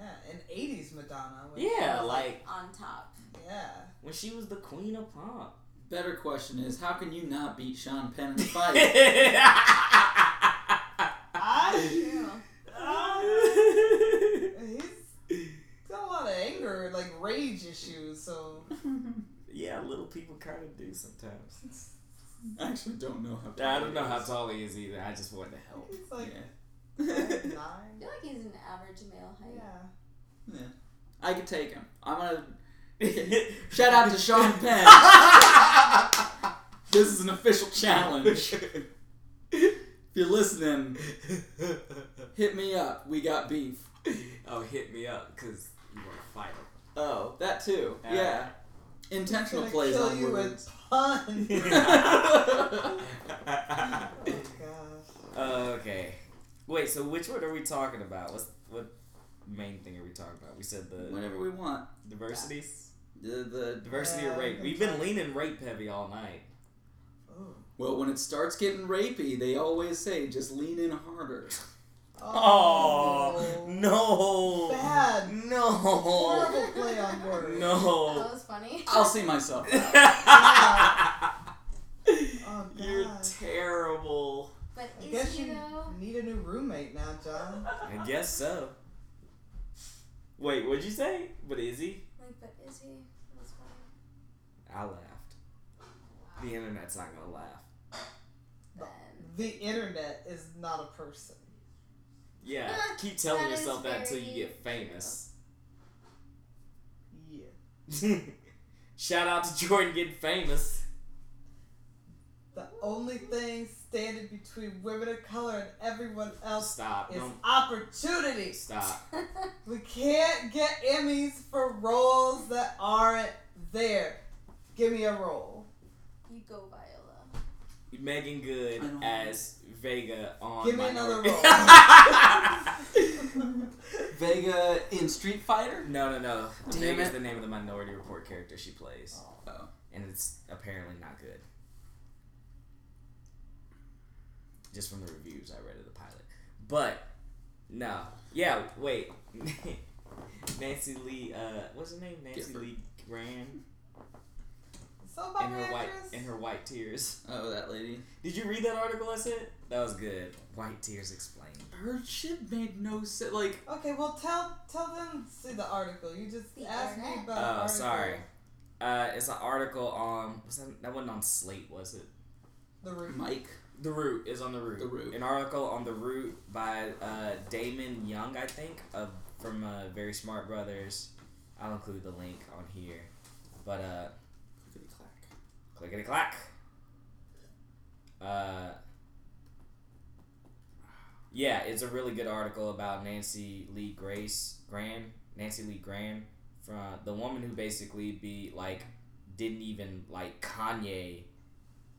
[SPEAKER 2] Yeah, and '80s Madonna. Which,
[SPEAKER 4] Yeah, like
[SPEAKER 3] On top.
[SPEAKER 2] yeah.
[SPEAKER 4] when she was the queen of pop.
[SPEAKER 5] Better question is, how can you not beat Sean Penn in a fight?
[SPEAKER 2] I.
[SPEAKER 3] True.
[SPEAKER 4] yeah,
[SPEAKER 2] He's got a lot of anger, like rage issues. So
[SPEAKER 4] little people kind of do sometimes.
[SPEAKER 5] I actually don't know how.
[SPEAKER 4] I don't know how tall he is either. I just want to help.
[SPEAKER 2] he's like
[SPEAKER 5] Yeah.
[SPEAKER 2] nine.
[SPEAKER 3] I feel like he's an average male height.
[SPEAKER 2] Yeah.
[SPEAKER 5] yeah. I could take him. I'm gonna
[SPEAKER 4] Shout
[SPEAKER 5] shout out to Sean Penn. this is an official challenge. If you're listening, hit me up. We got beef.
[SPEAKER 4] oh, hit me up because you want to fight him.
[SPEAKER 5] Oh, that too.
[SPEAKER 4] Uh,
[SPEAKER 5] yeah. Intentional
[SPEAKER 2] Gonna
[SPEAKER 5] plays
[SPEAKER 2] kill
[SPEAKER 5] on
[SPEAKER 2] you
[SPEAKER 5] words.
[SPEAKER 2] with pun. oh gosh.
[SPEAKER 4] okay. Wait. So which one are we talking about? What's what main thing are we talking about? We said the
[SPEAKER 5] Whatever we want.
[SPEAKER 4] diversity.
[SPEAKER 5] The, the
[SPEAKER 4] Diversity
[SPEAKER 2] Yeah,
[SPEAKER 4] or rape?
[SPEAKER 2] I'm
[SPEAKER 4] We've been
[SPEAKER 2] trying-
[SPEAKER 4] leaning rape heavy all night.
[SPEAKER 2] Ooh.
[SPEAKER 5] well, when it starts getting rapey, they always say just lean in harder.
[SPEAKER 4] Oh no!
[SPEAKER 2] Bad.
[SPEAKER 4] No!
[SPEAKER 2] Oh, Horrible play on words.
[SPEAKER 4] No!
[SPEAKER 3] That was funny.
[SPEAKER 5] I'll see myself.
[SPEAKER 2] Oh, God.
[SPEAKER 4] You're terrible.
[SPEAKER 3] but
[SPEAKER 2] I
[SPEAKER 3] is
[SPEAKER 2] guess
[SPEAKER 3] he
[SPEAKER 2] you
[SPEAKER 3] though?
[SPEAKER 2] need a new roommate now, John.
[SPEAKER 4] I guess so. Wait, what'd you say? But is he?
[SPEAKER 3] Like, but is he? That's why.
[SPEAKER 4] I laughed. The internet's not gonna laugh.
[SPEAKER 3] Then.
[SPEAKER 2] The internet is not a person.
[SPEAKER 4] Yeah,
[SPEAKER 3] Ah,
[SPEAKER 4] keep telling
[SPEAKER 3] that is
[SPEAKER 4] yourself that until you
[SPEAKER 3] very
[SPEAKER 4] get famous.
[SPEAKER 2] Yeah.
[SPEAKER 4] Shout out to Jordan getting famous.
[SPEAKER 2] The only thing standing between women of color and everyone else
[SPEAKER 4] Stop.
[SPEAKER 2] is
[SPEAKER 4] Don't
[SPEAKER 2] opportunity.
[SPEAKER 4] stop.
[SPEAKER 2] We can't get Emmys for roles that aren't there. Give me a role.
[SPEAKER 3] you go, Viola.
[SPEAKER 4] Megan Good
[SPEAKER 5] I don't-
[SPEAKER 4] as Vega on.
[SPEAKER 2] Give me another role.
[SPEAKER 5] Vega in Street Fighter?
[SPEAKER 4] no, no, no.
[SPEAKER 5] Damn
[SPEAKER 4] Vega's
[SPEAKER 5] it.
[SPEAKER 4] the name of the Minority Report character she plays,
[SPEAKER 5] Oh.
[SPEAKER 4] and it's apparently not good. Just from the reviews I read of the pilot, but no, yeah, wait. Nancy Lee, uh, what's her name? Nancy
[SPEAKER 5] Gifford.
[SPEAKER 4] Lee Graham
[SPEAKER 2] so
[SPEAKER 4] in
[SPEAKER 2] about
[SPEAKER 4] her white
[SPEAKER 2] actress?
[SPEAKER 4] in her white tears.
[SPEAKER 5] Oh, that lady.
[SPEAKER 4] Did you read that article I sent? That was good. White tears explained.
[SPEAKER 5] Her shit made no sense. Like,
[SPEAKER 2] Okay, well tell tell them to see the article. You just
[SPEAKER 3] The
[SPEAKER 2] asked me
[SPEAKER 3] internet?
[SPEAKER 2] about. the
[SPEAKER 4] Oh,
[SPEAKER 2] article.
[SPEAKER 4] sorry. Uh, it's an article on was that, that wasn't on Slate, was it?
[SPEAKER 2] The root.
[SPEAKER 5] Mike.
[SPEAKER 4] The Root is on the Root.
[SPEAKER 5] The Root.
[SPEAKER 4] An article on the Root by uh, Damon Young, I think, of from uh, Very Smart Brothers. I'll include the link on here, but uh, clickety clack. Uh, yeah, it's a really good article about Nancy Lee Grace Graham. Nancy Lee Graham from the woman who basically be like didn't even like Kanye,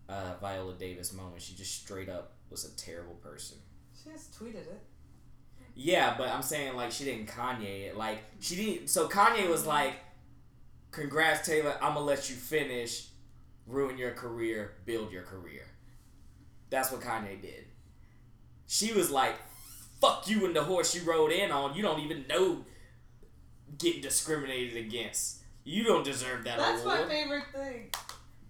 [SPEAKER 4] uh, Viola Davis moment. She just straight up was a terrible person.
[SPEAKER 2] She just tweeted it.
[SPEAKER 4] Yeah, but I'm saying like she didn't Kanye it. Like she didn't. So Kanye was like, "Congrats, Taylor. I'm gonna let you finish, ruin your career, build your career." That's what Kanye did. She was like, "Fuck you and the horse you rode in on. You don't even know getting discriminated against. You don't deserve that
[SPEAKER 2] That's my
[SPEAKER 4] award.
[SPEAKER 2] favorite thing.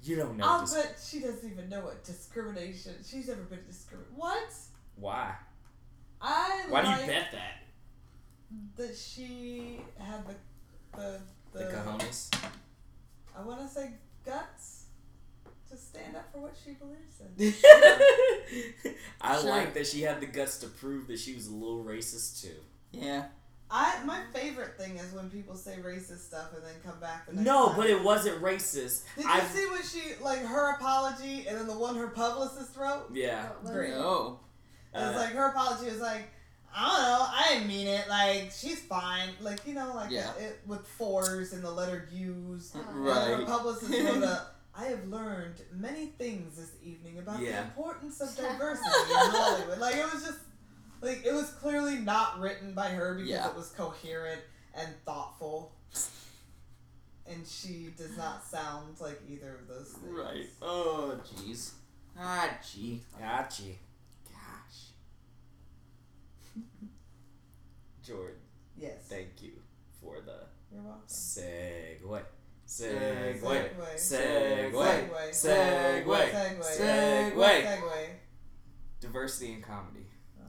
[SPEAKER 4] you don't know.
[SPEAKER 2] I'll
[SPEAKER 4] dis-
[SPEAKER 2] bet she doesn't even know what discrimination. She's never been discriminated. What?
[SPEAKER 4] why?
[SPEAKER 2] I
[SPEAKER 4] Why do
[SPEAKER 2] like
[SPEAKER 4] you bet that?
[SPEAKER 2] that she had the the
[SPEAKER 4] The
[SPEAKER 2] the,
[SPEAKER 4] cojones.
[SPEAKER 2] I want to say guts to stand up for what she believes in.
[SPEAKER 4] I
[SPEAKER 5] Sure.
[SPEAKER 4] like that she had the guts to prove that she was a little racist too.
[SPEAKER 5] Yeah.
[SPEAKER 2] I my favorite thing is when people say racist stuff and then come back. The next
[SPEAKER 4] No,
[SPEAKER 2] time.
[SPEAKER 4] but it wasn't racist.
[SPEAKER 2] Did you
[SPEAKER 4] I
[SPEAKER 2] see what she like her apology and then the one her publicist wrote?
[SPEAKER 4] yeah.
[SPEAKER 3] But was
[SPEAKER 2] Great.
[SPEAKER 3] it-
[SPEAKER 5] No.
[SPEAKER 2] it
[SPEAKER 4] Uh,
[SPEAKER 2] was like her apology was like, I don't know, I didn't mean it. Like she's fine. Like you know, like
[SPEAKER 5] Yeah.
[SPEAKER 2] it, with fours and the letter U's. And then her
[SPEAKER 5] Right.
[SPEAKER 2] publicist wrote up. I have learned many things this evening about
[SPEAKER 4] Yeah.
[SPEAKER 2] the importance of diversity in Hollywood. Like it was just like it was clearly not written by her because
[SPEAKER 5] Yeah.
[SPEAKER 2] it was coherent and thoughtful. And she does not sound like either of those things.
[SPEAKER 5] Right. Oh, jeez. Ah, gee.
[SPEAKER 4] Gotcha.
[SPEAKER 5] Gosh.
[SPEAKER 4] Jordan,
[SPEAKER 2] Yes.
[SPEAKER 4] thank you for the
[SPEAKER 2] You're welcome.
[SPEAKER 4] segue. Segue.
[SPEAKER 2] Segway.
[SPEAKER 4] Segue. Segue.
[SPEAKER 2] Segway.
[SPEAKER 4] Segway.
[SPEAKER 2] Segway.
[SPEAKER 4] Diversity in comedy.
[SPEAKER 2] Oh,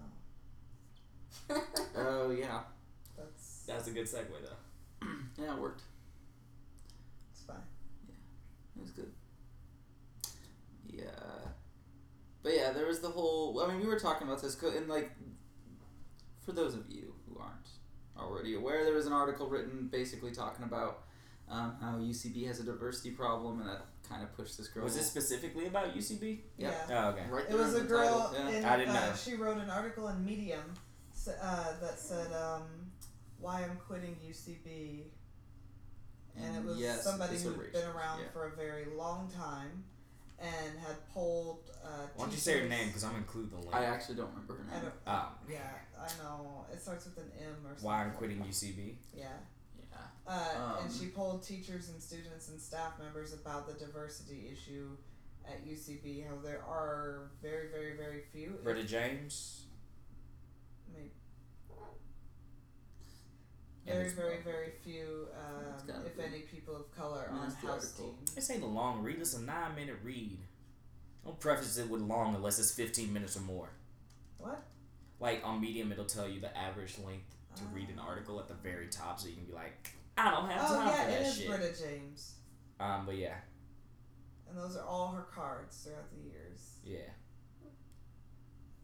[SPEAKER 5] Oh, yeah.
[SPEAKER 2] that's,
[SPEAKER 4] That's a good segue though.
[SPEAKER 5] Yeah, it worked.
[SPEAKER 2] that's fine.
[SPEAKER 5] It was good. Yeah. But yeah, there was the whole. I mean, we were talking about this, 'cause- and like, for those of you who aren't already aware, there was an article written basically talking about um, how UCB has a diversity problem, and that kind of pushed this girl.
[SPEAKER 4] Was this specifically about UCB?
[SPEAKER 5] Yep.
[SPEAKER 2] Yeah.
[SPEAKER 4] Oh, okay.
[SPEAKER 5] right
[SPEAKER 2] It
[SPEAKER 5] there
[SPEAKER 2] was
[SPEAKER 5] in
[SPEAKER 2] a
[SPEAKER 5] the
[SPEAKER 2] girl.
[SPEAKER 5] title, yeah.
[SPEAKER 2] in,
[SPEAKER 4] I didn't
[SPEAKER 2] uh,
[SPEAKER 4] know.
[SPEAKER 2] She wrote an article in Medium s- uh, that said um, why I'm quitting UCB, and it was
[SPEAKER 5] yes,
[SPEAKER 2] somebody
[SPEAKER 5] it's a
[SPEAKER 2] who'd
[SPEAKER 5] race.
[SPEAKER 2] been around
[SPEAKER 5] Yeah.
[SPEAKER 2] for a very long time, and had polled. Uh,
[SPEAKER 4] Why don't you say her
[SPEAKER 2] teachers-
[SPEAKER 4] name? Because I'm gonna include the link.
[SPEAKER 5] I actually don't remember her
[SPEAKER 2] I
[SPEAKER 5] name.
[SPEAKER 2] don't,
[SPEAKER 4] oh.
[SPEAKER 2] yeah, I know. It starts with an M or something.
[SPEAKER 4] Why I'm quitting UCB?
[SPEAKER 2] Yeah.
[SPEAKER 5] Yeah.
[SPEAKER 2] Uh, and
[SPEAKER 5] Um,
[SPEAKER 2] she polled teachers and students and staff members about the diversity issue at UCB. How there are very, very, very few. if
[SPEAKER 4] Britta James.
[SPEAKER 2] maybe
[SPEAKER 4] And
[SPEAKER 2] very,
[SPEAKER 4] it's-
[SPEAKER 2] very, very few,
[SPEAKER 5] It's
[SPEAKER 2] um,
[SPEAKER 5] gotta
[SPEAKER 2] if many people of color
[SPEAKER 5] Yeah,
[SPEAKER 2] on
[SPEAKER 5] that's the
[SPEAKER 2] house
[SPEAKER 5] article.
[SPEAKER 2] teams.
[SPEAKER 4] This ain't a long read. This is a nine minute read. Don't preface it with long unless it's 15 minutes or more.
[SPEAKER 2] What?
[SPEAKER 4] Like on Medium, it'll tell you the average length to read an article at the very top, so you can be like, I don't have
[SPEAKER 2] Ah. Um, Oh
[SPEAKER 4] time
[SPEAKER 2] yeah,
[SPEAKER 4] for that
[SPEAKER 2] it is
[SPEAKER 4] shit.
[SPEAKER 2] Britta James,
[SPEAKER 4] Um, but yeah,
[SPEAKER 2] and those are all her cards throughout the years.
[SPEAKER 4] yeah.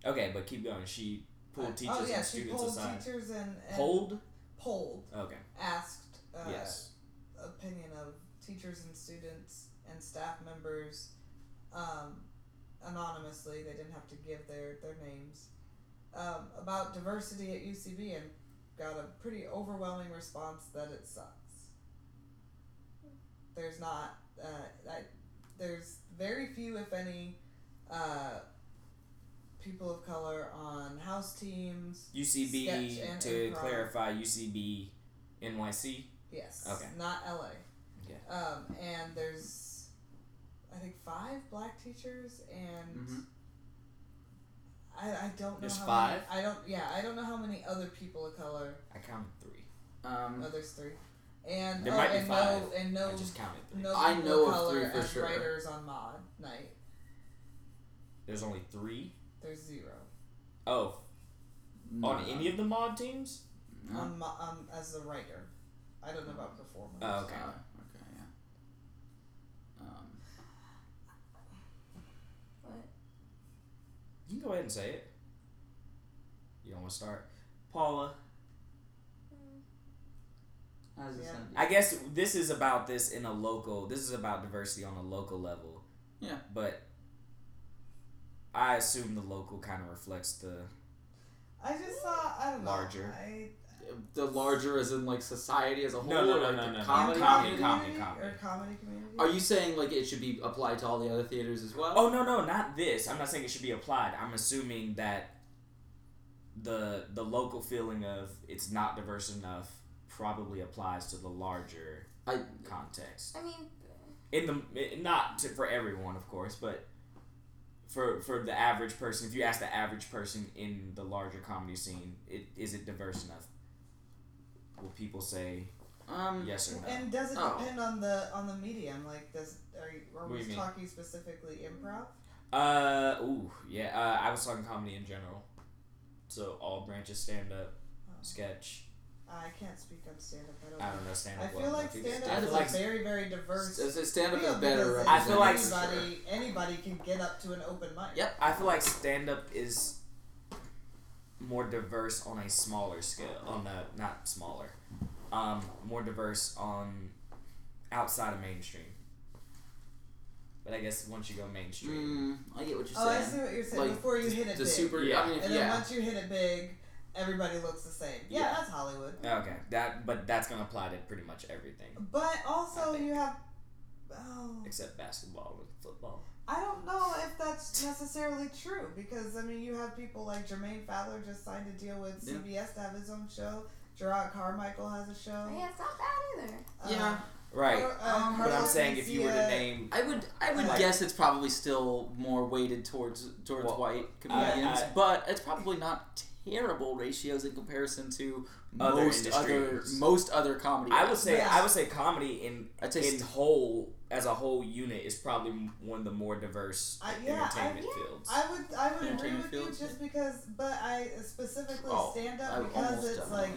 [SPEAKER 4] Okay, but keep going. She pulled
[SPEAKER 2] Uh,
[SPEAKER 4] teachers
[SPEAKER 2] oh yeah,
[SPEAKER 4] and
[SPEAKER 2] she
[SPEAKER 4] students
[SPEAKER 2] pulled
[SPEAKER 4] aside.
[SPEAKER 2] teachers and, and
[SPEAKER 4] Hold.
[SPEAKER 2] polled,
[SPEAKER 4] Okay.
[SPEAKER 2] asked uh,
[SPEAKER 4] yes.
[SPEAKER 2] opinion of teachers and students and staff members um, anonymously. They didn't have to give their, their names um, about diversity at UCB and got a pretty overwhelming response that it sucks. There's not, uh, I, there's very few, if any, uh, people of color on house teams. sketch
[SPEAKER 4] UCB
[SPEAKER 2] and
[SPEAKER 4] to
[SPEAKER 2] improv.
[SPEAKER 4] clarify UCB NYC.
[SPEAKER 2] Yes.
[SPEAKER 4] Okay.
[SPEAKER 2] Not LA.
[SPEAKER 4] Okay.
[SPEAKER 2] Um, and there's, I think, five black teachers, and
[SPEAKER 4] Mm-hmm.
[SPEAKER 5] Mhm.
[SPEAKER 2] I, I don't know.
[SPEAKER 4] There's
[SPEAKER 2] how
[SPEAKER 4] five?
[SPEAKER 2] Many, I don't. Yeah, I don't know how many other people of color.
[SPEAKER 4] I counted three.
[SPEAKER 5] Um,
[SPEAKER 2] Oh, there's three. And
[SPEAKER 4] Mm. There
[SPEAKER 2] oh,
[SPEAKER 4] might be
[SPEAKER 2] and
[SPEAKER 4] five.
[SPEAKER 2] no, and no,
[SPEAKER 4] I just counted three.
[SPEAKER 2] no
[SPEAKER 5] I
[SPEAKER 2] people
[SPEAKER 5] know
[SPEAKER 2] of
[SPEAKER 5] of
[SPEAKER 2] color
[SPEAKER 5] three for
[SPEAKER 2] as
[SPEAKER 5] sure.
[SPEAKER 2] writers on mod night.
[SPEAKER 4] There's only three.
[SPEAKER 2] There's zero
[SPEAKER 4] Oh, on
[SPEAKER 5] no.
[SPEAKER 4] any of the mod teams?
[SPEAKER 5] No.
[SPEAKER 2] on, mo- on as a writer. I don't know about performers.
[SPEAKER 4] Oh, okay.
[SPEAKER 5] Uh, okay, yeah. Um,
[SPEAKER 3] What?
[SPEAKER 4] You can go ahead and say it. You don't want to start. Paula,
[SPEAKER 3] Hmm.
[SPEAKER 5] how does this
[SPEAKER 2] Yeah.
[SPEAKER 5] sound?
[SPEAKER 4] I guess this is about this in a local, this is about diversity on a local level.
[SPEAKER 5] Yeah.
[SPEAKER 4] But I assume the local kind of reflects the.
[SPEAKER 2] I just saw. I don't know.
[SPEAKER 4] Larger.
[SPEAKER 2] I,
[SPEAKER 5] the larger as in like society as a whole
[SPEAKER 4] No, no,
[SPEAKER 5] or
[SPEAKER 4] no,
[SPEAKER 5] like
[SPEAKER 4] no,
[SPEAKER 5] the
[SPEAKER 4] no, no.
[SPEAKER 5] comedy
[SPEAKER 4] Comedy,
[SPEAKER 5] community?
[SPEAKER 4] comedy,
[SPEAKER 2] community
[SPEAKER 4] comedy.
[SPEAKER 2] or comedy community.
[SPEAKER 5] are you saying like it should be applied to all the other theaters as well
[SPEAKER 4] Oh, no, no, not this. I'm not saying it should be applied. I'm assuming that the the local feeling of it's not diverse enough probably applies to the larger
[SPEAKER 5] I,
[SPEAKER 4] context.
[SPEAKER 3] I mean,
[SPEAKER 4] in the it- not to, for everyone of course but for for the average person if you ask the average person in the larger comedy scene it is it diverse enough will people say
[SPEAKER 5] um
[SPEAKER 4] yes or no
[SPEAKER 2] Mm. And does it
[SPEAKER 5] Oh.
[SPEAKER 2] depend on the on the medium? Like, does are you, are
[SPEAKER 4] What do
[SPEAKER 2] we
[SPEAKER 4] you mean?
[SPEAKER 2] talking specifically improv?
[SPEAKER 4] uh ooh yeah uh, i was talking comedy in general so all branches stand up
[SPEAKER 2] Oh.
[SPEAKER 4] sketch
[SPEAKER 2] I can't speak on stand up. I don't.
[SPEAKER 4] i don't know stand
[SPEAKER 2] I
[SPEAKER 4] up
[SPEAKER 2] feel like stand up
[SPEAKER 5] stand-up
[SPEAKER 2] is
[SPEAKER 5] is
[SPEAKER 2] like
[SPEAKER 5] like-
[SPEAKER 2] very very diverse.
[SPEAKER 5] stand up is
[SPEAKER 2] field
[SPEAKER 5] better
[SPEAKER 2] because
[SPEAKER 4] I feel like-
[SPEAKER 5] represented,
[SPEAKER 2] anybody anybody can get up to an open mic.
[SPEAKER 5] Yep.
[SPEAKER 4] i feel like stand up is more diverse on a smaller scale on a not smaller um more diverse on outside of mainstream but i guess once you go
[SPEAKER 5] for
[SPEAKER 4] mainstream
[SPEAKER 5] sure. mm, i get what you're
[SPEAKER 2] Oh, I see
[SPEAKER 5] saying
[SPEAKER 2] what you're saying.
[SPEAKER 5] Like,
[SPEAKER 2] Before you
[SPEAKER 5] the,
[SPEAKER 2] hit it
[SPEAKER 5] the
[SPEAKER 2] big,
[SPEAKER 5] super
[SPEAKER 4] Yeah.
[SPEAKER 5] i mean if-
[SPEAKER 2] and then
[SPEAKER 5] yeah
[SPEAKER 2] once you hit it big, everybody looks the same. Yeah,
[SPEAKER 4] Yeah.
[SPEAKER 2] that's Hollywood.
[SPEAKER 4] okay that but that's gonna apply to pretty much everything
[SPEAKER 2] But also
[SPEAKER 4] I think.
[SPEAKER 2] you have. Oh,
[SPEAKER 4] except basketball and football
[SPEAKER 2] I don't know if that's necessarily true because I mean you have people like Jermaine Fowler just signed a deal with
[SPEAKER 5] Yeah.
[SPEAKER 2] CBS to have his own show. Gerard Carmichael has a
[SPEAKER 3] oh,
[SPEAKER 2] show.
[SPEAKER 3] yeah, it's not bad either.
[SPEAKER 2] Uh,
[SPEAKER 5] Yeah.
[SPEAKER 4] right
[SPEAKER 2] Car- uh,
[SPEAKER 5] Um,
[SPEAKER 4] but i'm
[SPEAKER 2] Carla
[SPEAKER 4] saying if you were to
[SPEAKER 2] Mencia-
[SPEAKER 4] name
[SPEAKER 5] I would I would
[SPEAKER 2] Like-
[SPEAKER 5] guess it's probably still more weighted towards towards
[SPEAKER 4] Well,
[SPEAKER 5] white
[SPEAKER 4] I-
[SPEAKER 5] comedians,
[SPEAKER 4] I-
[SPEAKER 5] but it's probably not terrible ratios in comparison to
[SPEAKER 4] Other
[SPEAKER 5] most other
[SPEAKER 4] industries.
[SPEAKER 5] most other comedy.
[SPEAKER 4] i would say
[SPEAKER 2] Yeah.
[SPEAKER 4] i would say comedy in
[SPEAKER 5] I'd say
[SPEAKER 4] in whole as a whole unit is probably one of the more diverse
[SPEAKER 2] I- Uh, yeah, I-
[SPEAKER 4] entertainment
[SPEAKER 3] yeah.
[SPEAKER 4] fields
[SPEAKER 2] I would I would agree
[SPEAKER 5] Entertainment
[SPEAKER 2] with you
[SPEAKER 5] fields,
[SPEAKER 2] just because, but I specifically
[SPEAKER 5] Oh,
[SPEAKER 2] stand
[SPEAKER 5] I
[SPEAKER 2] up because
[SPEAKER 5] almost
[SPEAKER 2] it's
[SPEAKER 5] definitely.
[SPEAKER 2] like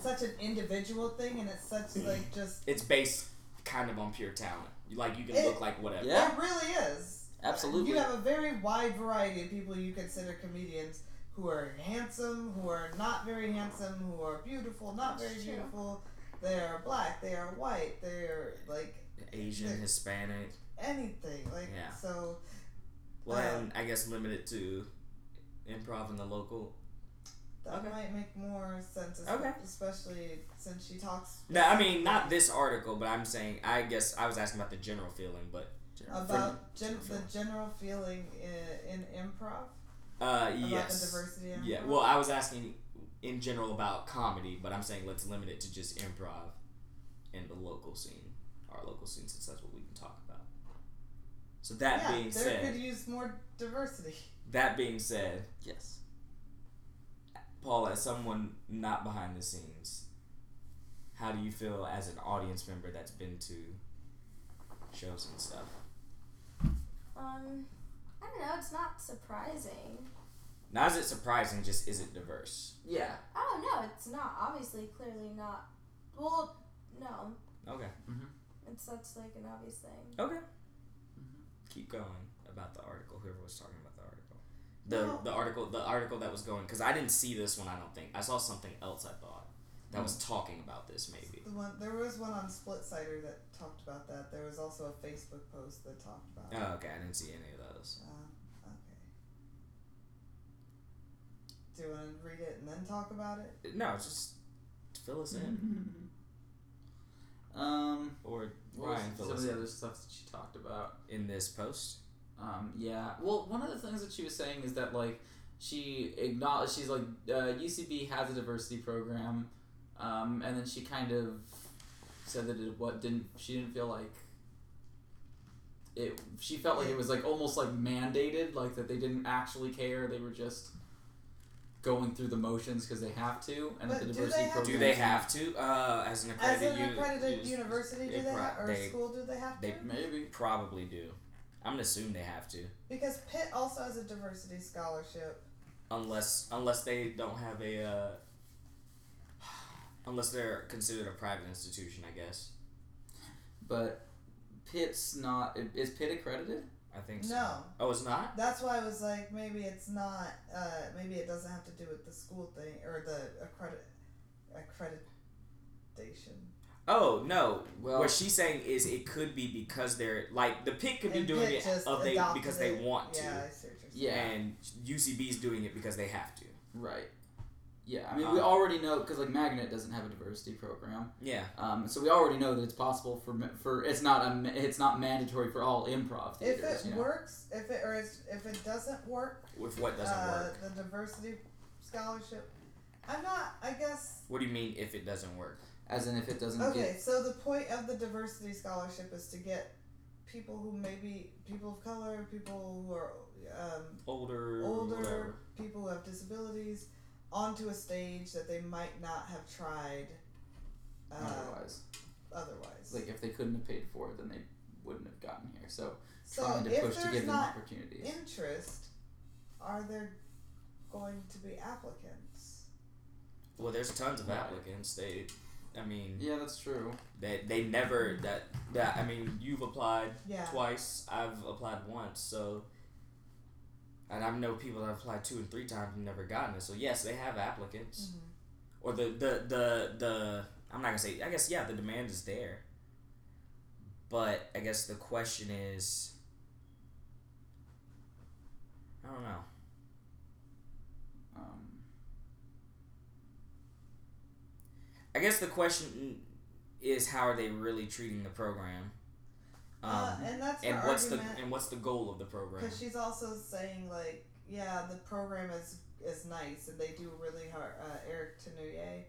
[SPEAKER 2] such an individual thing and it's such like just
[SPEAKER 4] it's based kind of on pure talent like you can
[SPEAKER 2] It-
[SPEAKER 4] look like whatever
[SPEAKER 5] Yeah.
[SPEAKER 2] it really is.
[SPEAKER 5] Absolutely.
[SPEAKER 2] You have a very wide variety of people you consider comedians who are handsome, who are not very handsome, who are beautiful, not
[SPEAKER 3] That's
[SPEAKER 2] very
[SPEAKER 3] true.
[SPEAKER 2] beautiful. They are black. They are white. They are like
[SPEAKER 4] asian
[SPEAKER 2] Uh,
[SPEAKER 4] hispanic
[SPEAKER 2] anything. Like
[SPEAKER 4] Yeah.
[SPEAKER 2] so.
[SPEAKER 4] Well,
[SPEAKER 2] Uh,
[SPEAKER 4] and I guess limited to improv in the local.
[SPEAKER 2] That
[SPEAKER 4] Okay.
[SPEAKER 2] might make more sense, espe-
[SPEAKER 4] Okay.
[SPEAKER 2] especially since she talks
[SPEAKER 4] No, I mean not this article, but I'm saying I guess I was asking about the general feeling, but
[SPEAKER 2] about gen- the
[SPEAKER 5] General.
[SPEAKER 2] general feeling in, in
[SPEAKER 4] uh,
[SPEAKER 2] improv about the
[SPEAKER 4] yes,
[SPEAKER 2] diversity. In
[SPEAKER 4] yeah.
[SPEAKER 2] improv?
[SPEAKER 4] Well, I was asking in general about comedy, but I'm saying let's limit it to just improv in the local scene, our local scene, since that's what we can talk about. So that
[SPEAKER 2] yeah,
[SPEAKER 4] being
[SPEAKER 2] there
[SPEAKER 4] said,
[SPEAKER 2] could use more diversity.
[SPEAKER 4] that being said,
[SPEAKER 5] yes.
[SPEAKER 4] Paul, as someone not behind the scenes, how do you feel as an audience member that's been to shows and stuff?
[SPEAKER 3] Um, I don't know. It's not surprising.
[SPEAKER 4] Not is it surprising, just is it diverse?
[SPEAKER 5] Yeah.
[SPEAKER 3] Oh no, it's not. Obviously, clearly not. Well, no.
[SPEAKER 4] Okay.
[SPEAKER 3] It's that's like an obvious thing.
[SPEAKER 4] Okay. Keep going about the article. Whoever was talking about the article, the
[SPEAKER 2] Well-
[SPEAKER 4] the article the article that was going because I didn't see this one. I don't think I saw something else. I thought that was talking about this maybe.
[SPEAKER 2] The one there was one on Split Sider that talked about that. There was also a Facebook post that talked about. it.
[SPEAKER 4] Oh, okay. I didn't see any of those.
[SPEAKER 2] Uh, okay. Do you want to read it and then talk about it?
[SPEAKER 4] No, it's just fill us
[SPEAKER 5] Mm-hmm.
[SPEAKER 4] in
[SPEAKER 5] um,
[SPEAKER 4] or
[SPEAKER 5] what was
[SPEAKER 4] Ryan fill
[SPEAKER 5] some of
[SPEAKER 4] us
[SPEAKER 5] the
[SPEAKER 4] in.
[SPEAKER 5] other stuff that she talked about?
[SPEAKER 4] in this post.
[SPEAKER 5] Um, yeah. Well, one of the things that she was saying is that like she acknowledged she's like uh, UCB has a diversity program, um, and then she kind of said that it what didn't she didn't feel like it she felt like it was like almost like mandated like that they didn't actually care they were just going through the motions because they have to and that
[SPEAKER 2] But do
[SPEAKER 5] the diversity
[SPEAKER 2] they have
[SPEAKER 5] program
[SPEAKER 4] Do they have to uh, as an
[SPEAKER 2] As
[SPEAKER 4] accredited,
[SPEAKER 2] an accredited
[SPEAKER 4] uni-
[SPEAKER 2] university,
[SPEAKER 4] they
[SPEAKER 2] do they
[SPEAKER 4] pro-
[SPEAKER 2] have, or
[SPEAKER 4] they-
[SPEAKER 2] school do they have
[SPEAKER 4] they-
[SPEAKER 2] to?
[SPEAKER 5] maybe
[SPEAKER 4] probably do. I'm gonna assume they have to
[SPEAKER 2] Because Pitt also has a diversity scholarship.
[SPEAKER 4] unless unless they don't have a uh, unless they're considered a private institution. I guess
[SPEAKER 5] but Pitt's not is Pitt accredited
[SPEAKER 4] I think so.
[SPEAKER 2] No,
[SPEAKER 4] Oh, it's not.
[SPEAKER 2] that's why I was like, maybe it's not. Uh, maybe it doesn't have to do with the school thing or the accredit accreditation.
[SPEAKER 4] Oh no.
[SPEAKER 5] Well-
[SPEAKER 4] what she's saying is it could be because they're like the pit could be
[SPEAKER 2] And
[SPEAKER 4] doing
[SPEAKER 2] Pitt
[SPEAKER 4] it
[SPEAKER 2] just
[SPEAKER 4] of they
[SPEAKER 2] adopted
[SPEAKER 4] because they
[SPEAKER 2] it.
[SPEAKER 4] want to,
[SPEAKER 2] Yeah, I see what you're saying.
[SPEAKER 5] Yeah.
[SPEAKER 4] and UCB's doing it because they have to.
[SPEAKER 5] Right. Yeah, I mean, we
[SPEAKER 4] Um,
[SPEAKER 5] already know because like Magnet doesn't have a diversity program,
[SPEAKER 4] Yeah.
[SPEAKER 5] um, so we already know that it's possible for ma- for it's not a ma- it's not mandatory for all improv
[SPEAKER 2] If
[SPEAKER 5] theaters.
[SPEAKER 2] it
[SPEAKER 5] you know?
[SPEAKER 2] works, if it or it's, if it doesn't work,
[SPEAKER 4] With what doesn't
[SPEAKER 2] uh,
[SPEAKER 4] work.
[SPEAKER 2] the diversity scholarship. I'm not. I guess.
[SPEAKER 4] What do you mean if it doesn't work?
[SPEAKER 5] as in if it doesn't
[SPEAKER 2] Okay,
[SPEAKER 5] get
[SPEAKER 2] so the point of the diversity scholarship is to get people who maybe people of color, people who are um,
[SPEAKER 4] Older.
[SPEAKER 2] older,
[SPEAKER 4] Whatever.
[SPEAKER 2] people who have disabilities, onto a stage that they might not have tried uh,
[SPEAKER 5] otherwise.
[SPEAKER 2] otherwise.
[SPEAKER 5] Like if they couldn't have paid for it, then they wouldn't have gotten here. So
[SPEAKER 2] so
[SPEAKER 5] trying to
[SPEAKER 2] if
[SPEAKER 5] push to
[SPEAKER 2] there's
[SPEAKER 5] give them
[SPEAKER 2] not
[SPEAKER 5] opportunities.
[SPEAKER 2] interest, are there going to be applicants?
[SPEAKER 4] Well, there's tons of
[SPEAKER 5] Right.
[SPEAKER 4] applicants. They, I mean,
[SPEAKER 5] yeah, that's true.
[SPEAKER 4] they they never that that I mean you've applied
[SPEAKER 2] Yeah.
[SPEAKER 4] twice. I've applied once. So. And I know people that applied two and three times and never gotten it. So yes, they have applicants.
[SPEAKER 2] Mhm.
[SPEAKER 4] or the the the the I'm not gonna say I guess yeah the demand is there, but I guess the question is I don't know
[SPEAKER 5] Um,
[SPEAKER 4] I guess the question is how are they really treating the program, um,
[SPEAKER 2] uh, and that's
[SPEAKER 4] and
[SPEAKER 2] her
[SPEAKER 4] what's
[SPEAKER 2] argument.
[SPEAKER 4] the and what's the goal of the program?
[SPEAKER 2] Because she's also saying like, yeah, the program is is nice, and they do really hard. Uh, Eric Tanuye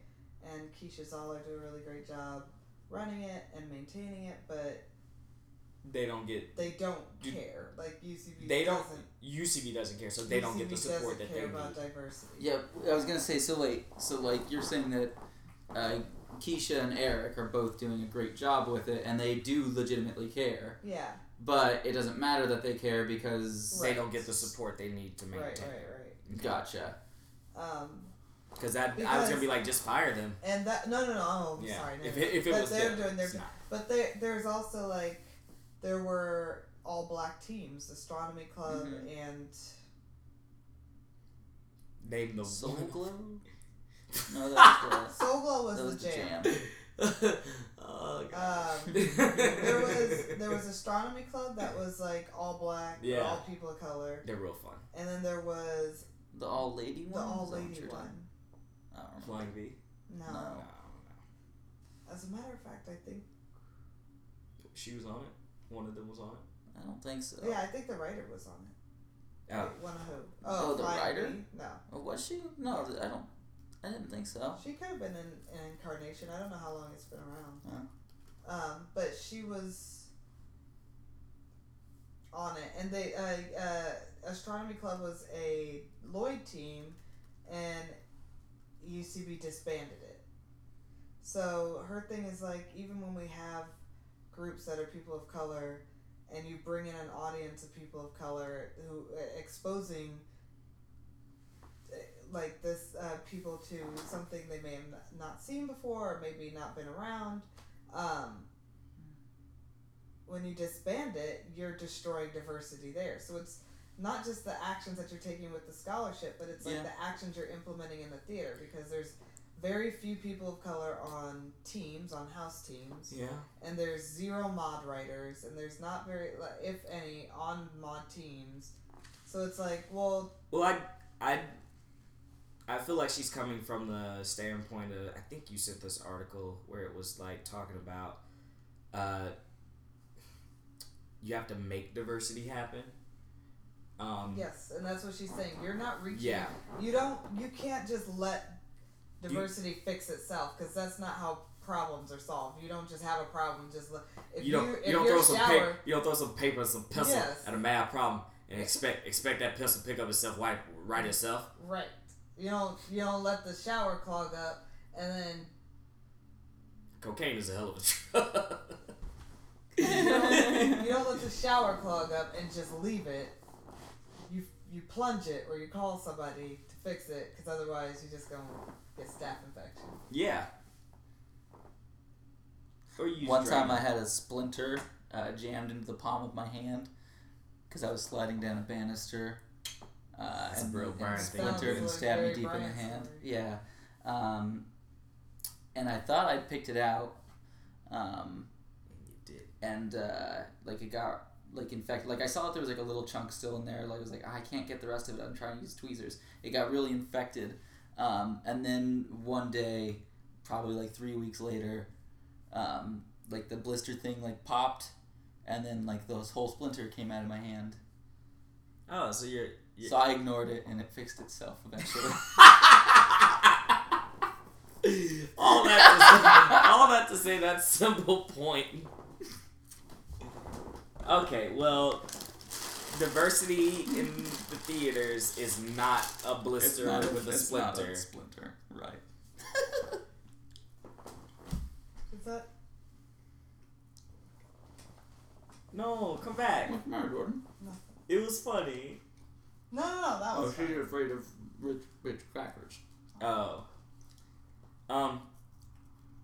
[SPEAKER 2] and Keisha Zoller do a really great job running it and maintaining it, but
[SPEAKER 4] They don't get
[SPEAKER 2] they don't
[SPEAKER 4] Do-
[SPEAKER 2] care. Like UCB,
[SPEAKER 4] they don't
[SPEAKER 2] doesn't-
[SPEAKER 4] UCB doesn't care so they don't get the
[SPEAKER 2] UCB
[SPEAKER 4] support
[SPEAKER 2] doesn't
[SPEAKER 4] that they
[SPEAKER 2] care
[SPEAKER 4] need.
[SPEAKER 2] about diversity.
[SPEAKER 5] yeah, I was gonna say so like so like you're saying that uh, Keisha and Eric are both doing a great job with it, and they do legitimately care.
[SPEAKER 2] Yeah,
[SPEAKER 5] but it doesn't matter that they care because
[SPEAKER 4] They
[SPEAKER 2] Right.
[SPEAKER 4] don't get the support they need to
[SPEAKER 2] right,
[SPEAKER 4] maintain.
[SPEAKER 2] right, right.
[SPEAKER 5] gotcha.
[SPEAKER 2] Um,
[SPEAKER 4] Cause that I was gonna
[SPEAKER 2] Because-
[SPEAKER 4] be like just fire them.
[SPEAKER 2] and that no, no, no. Oh,
[SPEAKER 4] Yeah.
[SPEAKER 2] sorry. No,
[SPEAKER 4] if
[SPEAKER 2] no.
[SPEAKER 4] it, if it
[SPEAKER 2] But
[SPEAKER 4] was
[SPEAKER 2] they're
[SPEAKER 4] them,
[SPEAKER 2] doing their
[SPEAKER 4] it's not.
[SPEAKER 2] But there, there's also like, there were all black teams, astronomy club,
[SPEAKER 5] Mhm.
[SPEAKER 2] and
[SPEAKER 4] Name the
[SPEAKER 5] Soul
[SPEAKER 4] one.
[SPEAKER 5] Glow? No, that's the
[SPEAKER 2] Soul Glow was
[SPEAKER 5] that was
[SPEAKER 2] the jam.
[SPEAKER 4] oh,
[SPEAKER 2] Um, there was there was astronomy club that was like all black,
[SPEAKER 4] Yeah.
[SPEAKER 2] all people of color,
[SPEAKER 4] They're real fun.
[SPEAKER 2] and then there was
[SPEAKER 5] The all lady
[SPEAKER 2] the
[SPEAKER 5] one.
[SPEAKER 2] all
[SPEAKER 5] Is that what
[SPEAKER 2] lady
[SPEAKER 5] you're doing?
[SPEAKER 2] one.
[SPEAKER 5] I don't remember.
[SPEAKER 4] Flying V.
[SPEAKER 2] No.
[SPEAKER 5] No.
[SPEAKER 4] No, no.
[SPEAKER 2] as a matter of fact, I think
[SPEAKER 4] She was on it. One of them was on it.
[SPEAKER 5] I don't think so.
[SPEAKER 2] yeah, I think the writer was on it.
[SPEAKER 4] Oh.
[SPEAKER 2] Wait, one of who?
[SPEAKER 5] Oh, the
[SPEAKER 2] Flying
[SPEAKER 5] writer?
[SPEAKER 2] Bee? No,
[SPEAKER 5] Oh, was she? No, th- I don't. I didn't think so.
[SPEAKER 2] she could have been an, an incarnation. I don't know how long it's been around.
[SPEAKER 5] Huh.
[SPEAKER 2] Um, but she was on it, and they uh, uh, astronomy club was a Lloyd team, and UCB disbanded it. So her thing is like even when we have groups that are people of color, and you bring in an audience of people of color who uh, exposing eh, like this uh, people to something they may have not- not seen before or maybe not been around. Um, when you disband it, you're destroying diversity there. So it's not just the actions that you're taking with the scholarship, but it's like
[SPEAKER 5] Yeah.
[SPEAKER 2] the actions you're implementing in the theater because there's very few people of color on teams, on house teams
[SPEAKER 5] Yeah.
[SPEAKER 2] and there's zero mod writers, and there's not very, like, if any, on mod teams. So it's like, well,
[SPEAKER 4] Well, I, I, I feel like she's coming from the standpoint of I think you sent this article where it was like talking about, uh, you have to make diversity happen. Um,
[SPEAKER 2] yes, and that's what she's saying. You're not reaching.
[SPEAKER 4] yeah,
[SPEAKER 2] You don't. You can't just let diversity fix itself because that's not how problems are solved. You don't just have a problem. Just let, if
[SPEAKER 4] you don't you,
[SPEAKER 2] if
[SPEAKER 4] don't
[SPEAKER 2] you're
[SPEAKER 4] throw some
[SPEAKER 2] shower,
[SPEAKER 4] paper you don't throw some paper and some pencil
[SPEAKER 2] Yes.
[SPEAKER 4] at a mad problem and expect expect that pencil to pick up itself right right itself.
[SPEAKER 2] Right. You don't. You don't let the shower clog up, and then
[SPEAKER 4] Cocaine is a hell of a drug.
[SPEAKER 2] you don't let the shower clog up and just leave it. You you plunge it or you call somebody to fix it because otherwise you're just gonna get staph infection.
[SPEAKER 4] yeah. Or you
[SPEAKER 5] One time I had a splinter uh, jammed into the palm of my hand because I was sliding down a banister. Uh,
[SPEAKER 4] That's a
[SPEAKER 5] and
[SPEAKER 4] real
[SPEAKER 5] and
[SPEAKER 4] Brian thing.
[SPEAKER 5] splintered
[SPEAKER 2] Sounds
[SPEAKER 5] and
[SPEAKER 2] like
[SPEAKER 5] stabbed me
[SPEAKER 2] very
[SPEAKER 5] deep in
[SPEAKER 2] Brian
[SPEAKER 5] the hand.
[SPEAKER 2] story.
[SPEAKER 5] Yeah. Um, and I thought I'd picked it out. Um,
[SPEAKER 4] you did.
[SPEAKER 5] and uh, like it got like infected. Like I saw that there was like a little chunk still in there. Like I was like, I can't get the rest of it. I'm trying to use tweezers. It got really infected. Um, and then one day, probably like three weeks later, um, like the blister thing like popped, and then like this whole splinter came out of my hand.
[SPEAKER 4] Oh, so you're. you
[SPEAKER 5] So I ignored it, and it fixed itself eventually.
[SPEAKER 4] all that to say, all that to say that simple point. Okay, well, diversity in the theaters is not a blister with a
[SPEAKER 5] it's not
[SPEAKER 4] splinter.
[SPEAKER 5] splinter, right?
[SPEAKER 2] Is that
[SPEAKER 4] No, come back.
[SPEAKER 5] What's the matter, Jordan?
[SPEAKER 4] It was funny.
[SPEAKER 2] no no no
[SPEAKER 5] Oh,
[SPEAKER 2] that was fine.
[SPEAKER 5] afraid of rich, rich crackers.
[SPEAKER 4] Oh. Um.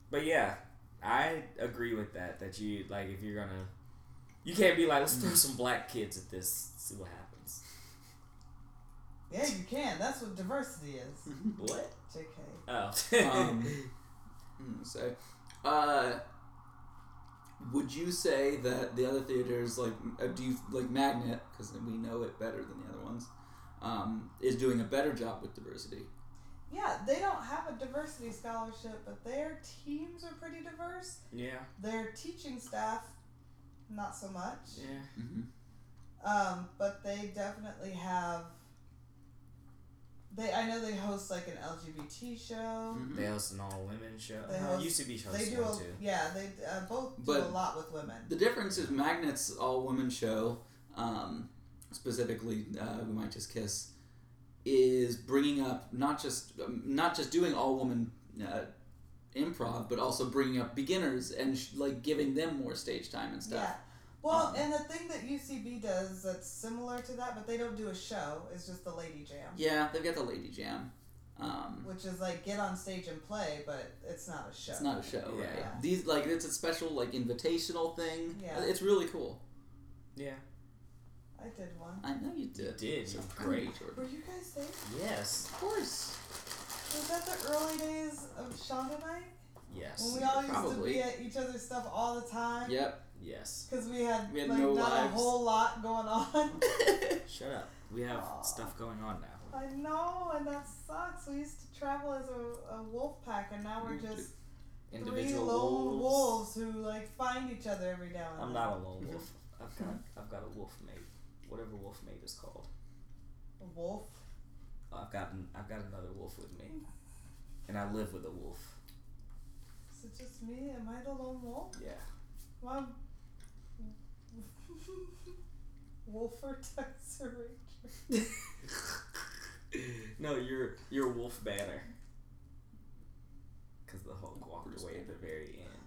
[SPEAKER 4] But yeah, I agree with that. That you like if you're gonna, you can't be like let's throw some black kids at this, see what happens.
[SPEAKER 2] yeah you can. That's what diversity is.
[SPEAKER 4] What?
[SPEAKER 2] Jk.
[SPEAKER 4] Oh.
[SPEAKER 5] Um, Mm, So, uh, would you say that the other theaters, like, uh, do you like Magnet, because we know it better than the other ones, um, is doing a better job with diversity?
[SPEAKER 2] Yeah, they don't have a diversity scholarship, but their teams are pretty diverse.
[SPEAKER 4] yeah.
[SPEAKER 2] Their teaching staff, not so much.
[SPEAKER 4] Yeah.
[SPEAKER 5] Mm-hmm.
[SPEAKER 2] Um, but they definitely have. They I know they host like an LGBT show.
[SPEAKER 5] Mm-hmm.
[SPEAKER 4] They host an all women show.
[SPEAKER 2] They
[SPEAKER 4] No,
[SPEAKER 2] host-
[SPEAKER 4] used to be host
[SPEAKER 2] They do,
[SPEAKER 4] one
[SPEAKER 2] a,
[SPEAKER 4] too.
[SPEAKER 2] yeah. They uh, both do
[SPEAKER 5] But-
[SPEAKER 2] a lot with women.
[SPEAKER 5] The difference is Magnet's all woman show, um, specifically uh, We Might Just Kiss, is bringing up not just um, not just doing all woman uh, improv, but also bringing up beginners and sh- like giving them more stage time and stuff.
[SPEAKER 2] Yeah. Well,
[SPEAKER 5] Um,
[SPEAKER 2] and the thing that UCB does that's similar to that, but they don't do a show, is just the lady jam,
[SPEAKER 5] Yeah, they've got the Lady Jam. Um,
[SPEAKER 2] which is like get on stage and play, but it's not a show.
[SPEAKER 5] it's not a show,
[SPEAKER 4] Yeah.
[SPEAKER 5] right? These like it's a special like invitational thing.
[SPEAKER 2] Yeah.
[SPEAKER 5] It's really cool.
[SPEAKER 4] Yeah.
[SPEAKER 2] I did one.
[SPEAKER 5] I know you did.
[SPEAKER 4] You did.
[SPEAKER 5] So
[SPEAKER 4] You're
[SPEAKER 5] proud of you,
[SPEAKER 4] great.
[SPEAKER 5] Jordan.
[SPEAKER 2] Were you guys there?
[SPEAKER 4] Yes.
[SPEAKER 5] Of course.
[SPEAKER 2] Was that the early days of Shonda Night? When
[SPEAKER 4] Yes.
[SPEAKER 2] we all used to
[SPEAKER 5] Probably.
[SPEAKER 2] be at each other's stuff all the time?
[SPEAKER 5] Yep.
[SPEAKER 4] Yes.
[SPEAKER 2] Because we had,
[SPEAKER 5] We had
[SPEAKER 2] like,
[SPEAKER 5] no
[SPEAKER 2] not
[SPEAKER 5] lives.
[SPEAKER 2] a whole lot going on.
[SPEAKER 4] Shut up. We have
[SPEAKER 2] Aw.
[SPEAKER 4] stuff going on now.
[SPEAKER 2] I know, and that sucks. We used to travel as a, a wolf pack, and now we're
[SPEAKER 5] We
[SPEAKER 2] just three
[SPEAKER 4] Individual
[SPEAKER 2] lone
[SPEAKER 4] wolves.
[SPEAKER 2] wolves. who like find each other every now and
[SPEAKER 4] I'm
[SPEAKER 2] then.
[SPEAKER 4] not a lone wolf. I've got I've got a wolf mate. Whatever wolf mate is called.
[SPEAKER 2] A wolf.
[SPEAKER 4] I've got an- I've got another wolf with me, and I live with a wolf.
[SPEAKER 2] Is it just me? Am I the lone wolf?
[SPEAKER 4] Yeah.
[SPEAKER 2] Mom. Wolf or Texas Ranger?
[SPEAKER 4] no, you're you're Wolf Banner. Because the Hulk walked away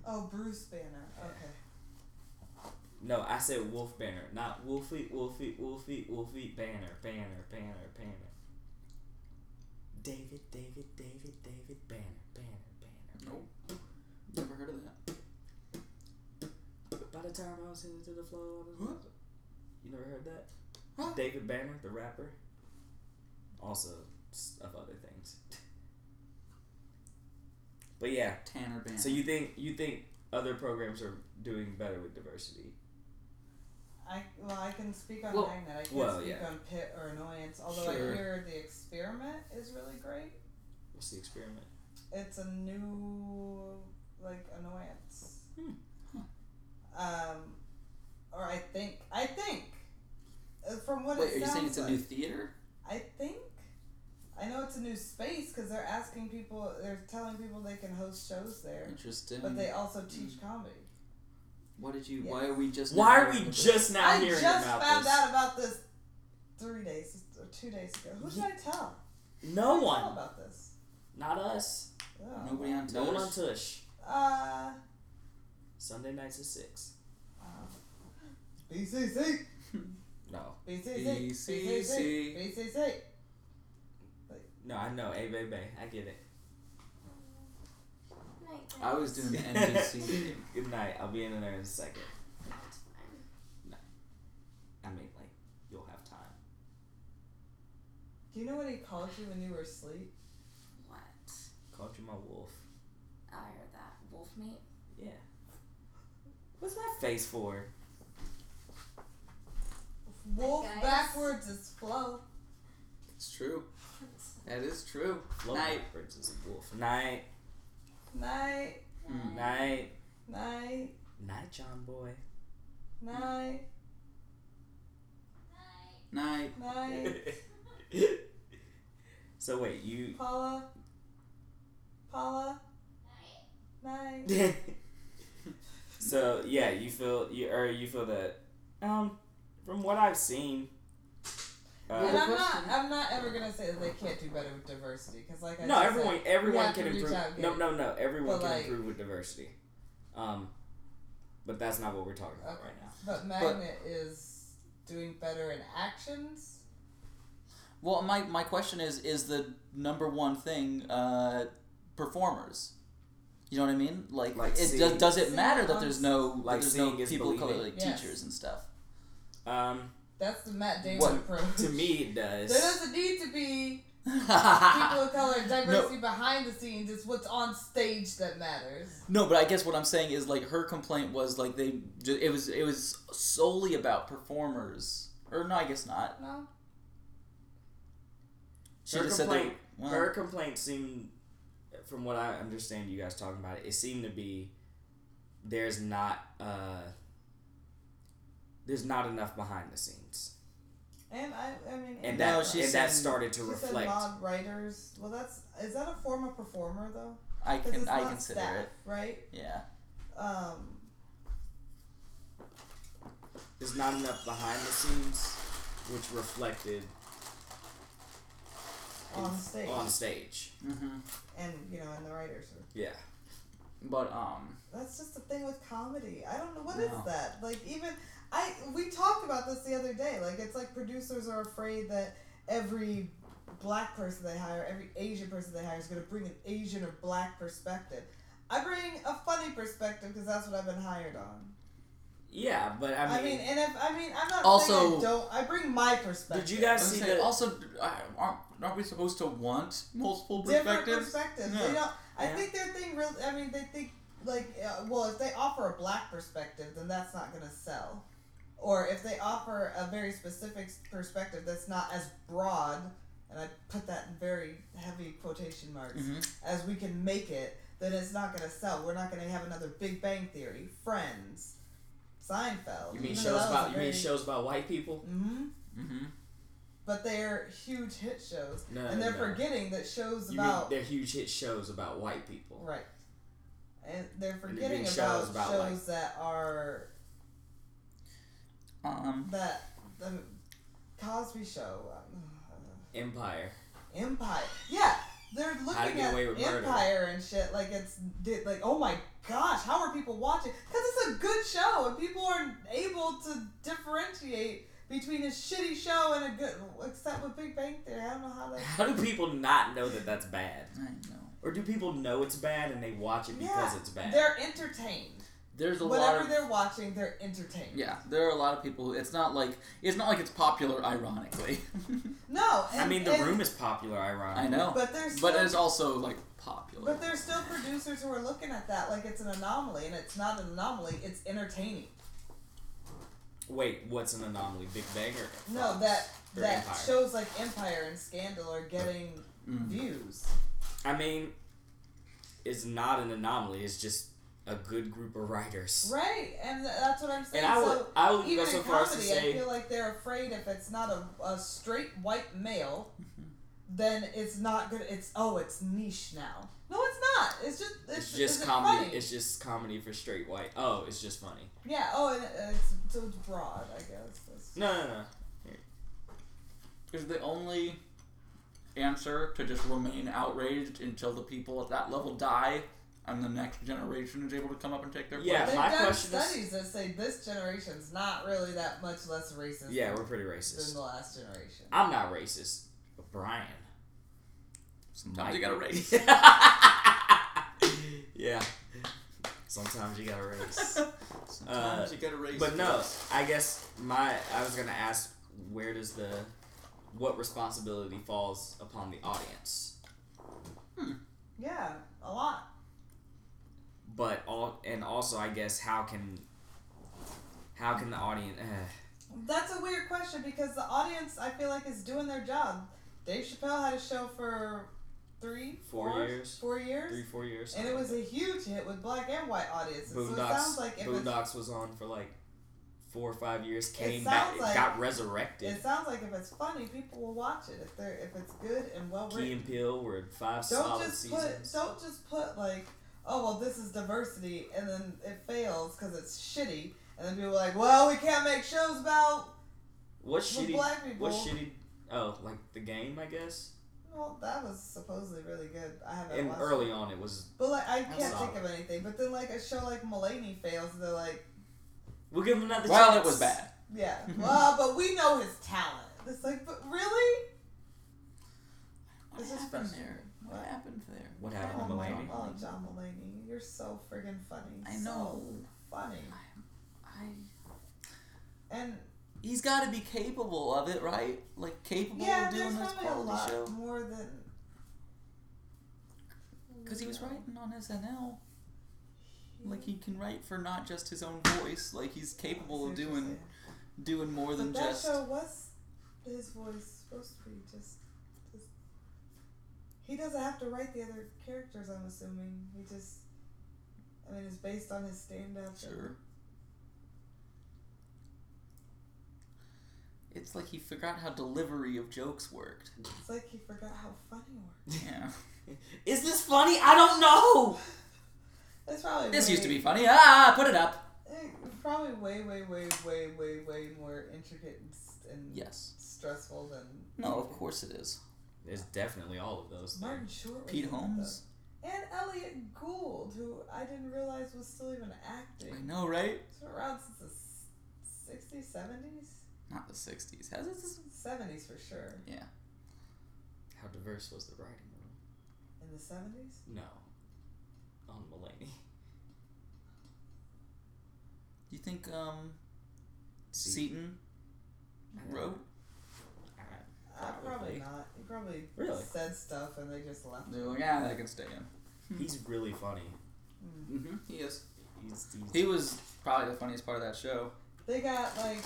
[SPEAKER 2] Oh, Bruce Banner. Okay.
[SPEAKER 4] No, I said Wolf Banner, not Wolfie, Wolfie, Wolfie, Wolfie Banner, Banner, Banner, Banner. David, David, David, David, Banner, Banner,
[SPEAKER 5] Nope. Never heard of that.
[SPEAKER 4] Banner. By the time I was headed to the flow, I was.
[SPEAKER 5] Huh?
[SPEAKER 4] You never heard that?
[SPEAKER 5] Huh?
[SPEAKER 4] David Banner, the rapper. Also, s- of other things. but yeah,
[SPEAKER 5] Tanner Band.
[SPEAKER 4] so you think you think other programs are doing better with diversity?
[SPEAKER 2] I well, I can speak on
[SPEAKER 4] Well-
[SPEAKER 2] Magnet. I can't
[SPEAKER 4] well,
[SPEAKER 2] speak
[SPEAKER 4] yeah.
[SPEAKER 2] on Pit or Annoyance. Although
[SPEAKER 5] Sure.
[SPEAKER 2] I hear the experiment is really great.
[SPEAKER 4] What's the experiment?
[SPEAKER 2] It's a new like annoyance.
[SPEAKER 4] Hmm.
[SPEAKER 5] Huh.
[SPEAKER 2] Um, or I think I think uh, from what
[SPEAKER 5] Wait,
[SPEAKER 2] it
[SPEAKER 5] are you
[SPEAKER 2] sounds
[SPEAKER 5] saying it's
[SPEAKER 2] like,
[SPEAKER 5] a new theater?
[SPEAKER 2] I think I know it's a new space because they're asking people. They're telling people they can host shows there,
[SPEAKER 5] Interesting.
[SPEAKER 2] but they also
[SPEAKER 4] Mm.
[SPEAKER 2] teach comedy.
[SPEAKER 5] Why did you?
[SPEAKER 2] Yes.
[SPEAKER 5] Why are we just?
[SPEAKER 4] Why
[SPEAKER 5] now
[SPEAKER 4] are we
[SPEAKER 5] hearing of this?
[SPEAKER 4] just now
[SPEAKER 2] I
[SPEAKER 4] hearing
[SPEAKER 2] just
[SPEAKER 4] about
[SPEAKER 2] found
[SPEAKER 4] this?
[SPEAKER 2] out about this three days or two days ago. Who did I tell?
[SPEAKER 4] No
[SPEAKER 2] Who did I
[SPEAKER 4] one,
[SPEAKER 2] tell about this.
[SPEAKER 4] not us.
[SPEAKER 2] Oh.
[SPEAKER 5] Nobody on
[SPEAKER 4] No one on
[SPEAKER 5] Tush?
[SPEAKER 4] Tush.
[SPEAKER 2] Uh,
[SPEAKER 4] Sunday nights at six.
[SPEAKER 2] wow. BCC,
[SPEAKER 4] No,
[SPEAKER 2] BCC,
[SPEAKER 5] BCC.
[SPEAKER 2] BCC, BCC.
[SPEAKER 4] no, I know. Hey, babe, babe, I get it.
[SPEAKER 3] Night
[SPEAKER 5] I was
[SPEAKER 3] guys.
[SPEAKER 5] doing the NBC.
[SPEAKER 4] Good night. I'll be in there in a second.
[SPEAKER 3] That's fine.
[SPEAKER 4] I mean, like, you'll have time.
[SPEAKER 2] Do you know what he called you when you were asleep?
[SPEAKER 3] What?
[SPEAKER 4] Called you my wolf.
[SPEAKER 3] I heard that. Wolf mate?
[SPEAKER 4] Yeah. What's my face for?
[SPEAKER 2] Wolf
[SPEAKER 3] guys.
[SPEAKER 2] backwards is flow.
[SPEAKER 5] it's true. That is true.
[SPEAKER 4] Love
[SPEAKER 5] Night.
[SPEAKER 4] backwards is a wolf. Night,
[SPEAKER 2] Night,
[SPEAKER 5] Mm.
[SPEAKER 4] night,
[SPEAKER 2] night,
[SPEAKER 4] night, John boy.
[SPEAKER 2] night,
[SPEAKER 3] Night.
[SPEAKER 5] Night.
[SPEAKER 2] night.
[SPEAKER 4] so wait, you.
[SPEAKER 2] Paula, Paula,
[SPEAKER 3] Night.
[SPEAKER 2] night.
[SPEAKER 4] so yeah, you feel you or you feel that. Um, from what I've seen.
[SPEAKER 5] Yeah,
[SPEAKER 2] and
[SPEAKER 5] the
[SPEAKER 4] Uh,
[SPEAKER 2] I'm not,
[SPEAKER 5] question-
[SPEAKER 2] I'm not ever gonna say that they can't do better with diversity, because like I
[SPEAKER 4] no,
[SPEAKER 2] just
[SPEAKER 4] everyone everyone
[SPEAKER 2] have
[SPEAKER 4] can
[SPEAKER 2] to reach
[SPEAKER 4] improve.
[SPEAKER 2] out,
[SPEAKER 4] No,
[SPEAKER 2] yeah.
[SPEAKER 4] no, no. Everyone
[SPEAKER 2] But,
[SPEAKER 4] can
[SPEAKER 2] like-
[SPEAKER 4] improve with diversity. Um, but that's not what we're talking about
[SPEAKER 2] Okay.
[SPEAKER 4] right now.
[SPEAKER 2] said, but Magnet is doing better in actions.
[SPEAKER 5] Well, my my question is is the number one thing uh, performers. You know what I mean? Like,
[SPEAKER 4] Like
[SPEAKER 5] it does,
[SPEAKER 4] seeing-
[SPEAKER 5] does it matter that there's no that
[SPEAKER 4] Like
[SPEAKER 5] there's no
[SPEAKER 4] seeing is
[SPEAKER 5] people of color
[SPEAKER 4] believing.
[SPEAKER 5] like
[SPEAKER 2] Yes.
[SPEAKER 5] teachers and stuff?
[SPEAKER 4] Um,
[SPEAKER 2] That's the Matt Damon
[SPEAKER 5] What-
[SPEAKER 2] approach.
[SPEAKER 4] to me, it
[SPEAKER 2] there
[SPEAKER 4] does.
[SPEAKER 2] doesn't need to be people of color diversity behind the scenes. It's what's on stage that matters.
[SPEAKER 5] No, but I guess what I'm saying is like her complaint was like they ju- it was it was solely about performers. Or no, I guess not.
[SPEAKER 2] No,
[SPEAKER 5] She
[SPEAKER 4] Her
[SPEAKER 5] just said
[SPEAKER 4] complaint-
[SPEAKER 5] that well,
[SPEAKER 4] Her complaint seemed, from what I understand, you guys talking about it, it seemed to be there's not uh, there's not enough behind the scenes,
[SPEAKER 2] and I, I mean,
[SPEAKER 4] and
[SPEAKER 5] No,
[SPEAKER 4] that
[SPEAKER 5] she
[SPEAKER 4] and that
[SPEAKER 5] said-
[SPEAKER 4] started to
[SPEAKER 2] she said
[SPEAKER 4] reflect.
[SPEAKER 2] mod writers. Well, that's is that a form of performer though?
[SPEAKER 5] I
[SPEAKER 2] 'Cause
[SPEAKER 5] can
[SPEAKER 2] it's
[SPEAKER 5] I
[SPEAKER 2] not
[SPEAKER 5] consider
[SPEAKER 2] staff,
[SPEAKER 5] it.
[SPEAKER 2] right.
[SPEAKER 5] Yeah.
[SPEAKER 2] Um,
[SPEAKER 4] There's not enough behind the scenes, which reflected
[SPEAKER 2] on stage
[SPEAKER 4] on stage.
[SPEAKER 5] Mm-hmm.
[SPEAKER 2] and you know in the writers room.
[SPEAKER 4] Yeah,
[SPEAKER 5] But um
[SPEAKER 2] That's just the thing with comedy. I don't know what is
[SPEAKER 5] No.
[SPEAKER 2] that. Like even I we talked about this the other day. Like it's like producers are afraid that every black person they hire, every Asian person they hire is going to bring an Asian or black perspective. I bring a funny perspective because that's what I've been hired on.
[SPEAKER 4] yeah, but I mean,
[SPEAKER 2] I mean, and if I mean, I'm not saying
[SPEAKER 5] Also-
[SPEAKER 2] I don't. I bring my
[SPEAKER 4] did
[SPEAKER 2] perspective.
[SPEAKER 4] you
[SPEAKER 5] I
[SPEAKER 4] guys
[SPEAKER 5] was
[SPEAKER 4] see
[SPEAKER 5] gonna say,
[SPEAKER 4] the?
[SPEAKER 5] also I- aren't, aren't we supposed to want multiple
[SPEAKER 2] different
[SPEAKER 5] perspectives?
[SPEAKER 2] perspectives?
[SPEAKER 5] Yeah.
[SPEAKER 2] They don't. I
[SPEAKER 4] Yeah.
[SPEAKER 2] think their thing. Real. I mean, they think like, uh, well, if they offer a black perspective, then that's not going to sell. Or if they offer a very specific s- perspective that's not as broad, and I put that in very heavy quotation marks,
[SPEAKER 4] Mm-hmm.
[SPEAKER 5] Mhm.
[SPEAKER 2] as we can make it, then it's not going to sell. We're not going to have another Big Bang Theory, Friends, Seinfeld.
[SPEAKER 4] You mean shows about you mean shows about white people?
[SPEAKER 2] hmm
[SPEAKER 5] Mm-hmm.
[SPEAKER 2] But they're huge hit shows,
[SPEAKER 4] No,
[SPEAKER 2] and they're
[SPEAKER 4] no.
[SPEAKER 2] forgetting that shows
[SPEAKER 4] Oh, You mean
[SPEAKER 2] about
[SPEAKER 4] they're huge hit shows about white people?
[SPEAKER 2] Right. And they're
[SPEAKER 4] it
[SPEAKER 2] forgetting
[SPEAKER 4] being
[SPEAKER 2] about
[SPEAKER 4] shows
[SPEAKER 2] shows
[SPEAKER 4] about,
[SPEAKER 2] that are
[SPEAKER 5] Um
[SPEAKER 2] that the Cosby Show, um,
[SPEAKER 4] Empire.
[SPEAKER 2] Empire. Yeah, they're
[SPEAKER 4] How to
[SPEAKER 2] looking
[SPEAKER 4] Get
[SPEAKER 2] at
[SPEAKER 4] Away with
[SPEAKER 2] Empire
[SPEAKER 4] Murder.
[SPEAKER 2] and shit like it's di- like oh my gosh, how are people watching? Because it's a good show and people are able to differentiate between a shitty show and a good. Except with Big Bang Theory, I don't know how that.
[SPEAKER 4] How do people not know that that's bad?
[SPEAKER 5] I know.
[SPEAKER 4] Or do people know it's bad and they watch it because
[SPEAKER 2] Yeah,
[SPEAKER 4] it's bad?
[SPEAKER 2] They're entertained.
[SPEAKER 5] There's a
[SPEAKER 2] Whatever
[SPEAKER 5] lot of
[SPEAKER 2] they're watching, they're entertained.
[SPEAKER 5] yeah. There are a lot of people. Who, it's not like it's not like it's popular. Ironically,
[SPEAKER 2] No, and,
[SPEAKER 4] I mean, The
[SPEAKER 2] and-
[SPEAKER 4] Room is popular, ironically.
[SPEAKER 5] I know,
[SPEAKER 2] But there's
[SPEAKER 5] but
[SPEAKER 2] still-
[SPEAKER 5] it's also like popular.
[SPEAKER 2] But there's still producers who are looking at that like it's an anomaly, and it's not an anomaly. It's entertaining.
[SPEAKER 4] Wait, what's an anomaly? Big Bang or
[SPEAKER 2] No,
[SPEAKER 4] Fox?
[SPEAKER 2] that
[SPEAKER 4] Or
[SPEAKER 2] that
[SPEAKER 4] Empire?
[SPEAKER 2] shows like Empire and Scandal are getting
[SPEAKER 5] Mm.
[SPEAKER 2] views.
[SPEAKER 4] I mean, it's not an anomaly. It's just a good group of writers.
[SPEAKER 2] Right, and th- that's what I'm saying.
[SPEAKER 4] And I would,
[SPEAKER 2] so
[SPEAKER 4] I would go
[SPEAKER 2] even
[SPEAKER 4] so
[SPEAKER 2] in
[SPEAKER 4] far as to
[SPEAKER 2] comedy, I
[SPEAKER 4] say,
[SPEAKER 2] feel like they're afraid if it's not a, a straight white male, then it's not good. It's oh, it's niche now. No, it's not. It's just it's,
[SPEAKER 4] it's just
[SPEAKER 2] isn't
[SPEAKER 4] comedy.
[SPEAKER 2] funny.
[SPEAKER 4] It's just comedy for straight white. Oh, it's just funny.
[SPEAKER 2] yeah. Oh, and it's, so it's broad, I guess. It's-
[SPEAKER 4] No, no, no.
[SPEAKER 5] is the only answer to just remain outraged until the people at that level die and the next generation is able to come up and take their place.
[SPEAKER 4] Yeah,
[SPEAKER 2] They've
[SPEAKER 4] my
[SPEAKER 2] done
[SPEAKER 4] question is-
[SPEAKER 2] studies that say this generation's not really that much less racist
[SPEAKER 4] Yeah, we're pretty
[SPEAKER 2] than
[SPEAKER 4] racist.
[SPEAKER 2] the last generation.
[SPEAKER 4] I'm not racist, but Brian.
[SPEAKER 5] Sometimes you gotta raise.
[SPEAKER 4] yeah. Sometimes you gotta race.
[SPEAKER 5] Sometimes you gotta raise.
[SPEAKER 4] But no, I guess my I was gonna ask where does the what responsibility falls upon the audience,
[SPEAKER 2] Yeah, a lot.
[SPEAKER 4] but all and also I guess how can how can the audience? Uh,
[SPEAKER 2] That's a weird question because the audience, I feel like, is doing their job. Dave Chappelle had a show for three,
[SPEAKER 4] Four years.
[SPEAKER 2] four years,
[SPEAKER 4] three four years.
[SPEAKER 2] and it was a huge hit with black and white audiences. so it
[SPEAKER 4] Boondocks.
[SPEAKER 2] sounds like if it's,
[SPEAKER 4] Boondocks was on for like four or five years. Came back,
[SPEAKER 2] sounds
[SPEAKER 4] it
[SPEAKER 2] like-
[SPEAKER 4] got resurrected.
[SPEAKER 2] it sounds like if it's funny, people will watch it. If they're if it's good and well
[SPEAKER 4] Key
[SPEAKER 2] written,
[SPEAKER 4] and Peele were five
[SPEAKER 2] don't
[SPEAKER 4] solid
[SPEAKER 2] just
[SPEAKER 4] seasons.
[SPEAKER 2] put don't just put like oh well this is diversity and then it fails because it's shitty and then people are like well we can't make shows about
[SPEAKER 4] what
[SPEAKER 2] with
[SPEAKER 4] shitty?
[SPEAKER 2] black people.
[SPEAKER 4] What shitty? Oh, like the game, I guess.
[SPEAKER 2] well that was supposedly really good I haven't
[SPEAKER 4] And
[SPEAKER 2] watched it.
[SPEAKER 4] early on, it was.
[SPEAKER 2] But like I
[SPEAKER 4] I'm
[SPEAKER 2] can't
[SPEAKER 4] sorry.
[SPEAKER 2] think of anything. But then like a show like Mulaney fails, they're like,
[SPEAKER 4] We'll give him another.
[SPEAKER 5] Well, it
[SPEAKER 4] chance.
[SPEAKER 5] was bad.
[SPEAKER 2] yeah, well, but we know his talent. It's like, but really?
[SPEAKER 5] What
[SPEAKER 2] This is
[SPEAKER 5] happened
[SPEAKER 2] frustrating.
[SPEAKER 5] there? What happened there?
[SPEAKER 4] What happened
[SPEAKER 2] oh,
[SPEAKER 4] to
[SPEAKER 2] my-
[SPEAKER 4] Mulaney?
[SPEAKER 2] Oh, John Mulaney, you're so friggin' funny.
[SPEAKER 5] I
[SPEAKER 2] So
[SPEAKER 5] know.
[SPEAKER 2] funny.
[SPEAKER 5] I.
[SPEAKER 2] And
[SPEAKER 5] He's got to be capable of it, right? Like capable
[SPEAKER 2] yeah,
[SPEAKER 5] of doing
[SPEAKER 2] there's
[SPEAKER 5] this
[SPEAKER 2] probably a
[SPEAKER 5] quality
[SPEAKER 2] lot
[SPEAKER 5] show.
[SPEAKER 2] more than
[SPEAKER 5] Because he was writing on SNL. Like he can write for not just his own voice. Like he's capable of
[SPEAKER 2] That's
[SPEAKER 5] doing
[SPEAKER 2] interesting.
[SPEAKER 5] doing more than
[SPEAKER 2] But that
[SPEAKER 5] just.
[SPEAKER 2] show was his voice supposed to be just. just he doesn't have to write the other characters. I'm assuming he just. I mean, it's based on his stand-up.
[SPEAKER 5] Sure. It's like he forgot how delivery of jokes worked.
[SPEAKER 2] It's like he forgot how funny works.
[SPEAKER 5] Yeah.
[SPEAKER 4] Is this funny? I don't know.
[SPEAKER 2] That's probably
[SPEAKER 5] this
[SPEAKER 2] way,
[SPEAKER 5] used to be funny. Ah, put it up.
[SPEAKER 2] eh, probably way, way, way, way, way, way more intricate and, s- and
[SPEAKER 5] Yes.
[SPEAKER 2] stressful than
[SPEAKER 5] No, of course it is.
[SPEAKER 4] There's definitely all of those. there.
[SPEAKER 2] Martin Short. was
[SPEAKER 5] Pete
[SPEAKER 2] in it, though.
[SPEAKER 5] Holmes.
[SPEAKER 2] and Elliot Gould, who I didn't realize was still even acting.
[SPEAKER 5] I know, right?
[SPEAKER 2] It's been around since the s- 60s, 70s?
[SPEAKER 5] Not the '60s. Has it?
[SPEAKER 2] 70s for sure.
[SPEAKER 4] How diverse was the writing room?
[SPEAKER 2] In the 70s?
[SPEAKER 4] No. On Mulaney.
[SPEAKER 5] You think um,
[SPEAKER 4] See-
[SPEAKER 5] Seaton
[SPEAKER 4] I don't-
[SPEAKER 5] wrote?
[SPEAKER 4] I-
[SPEAKER 2] Uh, probably
[SPEAKER 4] Probably.
[SPEAKER 2] not. He probably
[SPEAKER 4] Really?
[SPEAKER 2] said stuff and they just left.
[SPEAKER 5] They're like, ah, that can stay in.
[SPEAKER 4] He's
[SPEAKER 5] Hmm.
[SPEAKER 4] really funny.
[SPEAKER 5] Mm-hmm. He is.
[SPEAKER 4] He's, he's
[SPEAKER 5] He was probably the funniest part of that show.
[SPEAKER 2] They got like.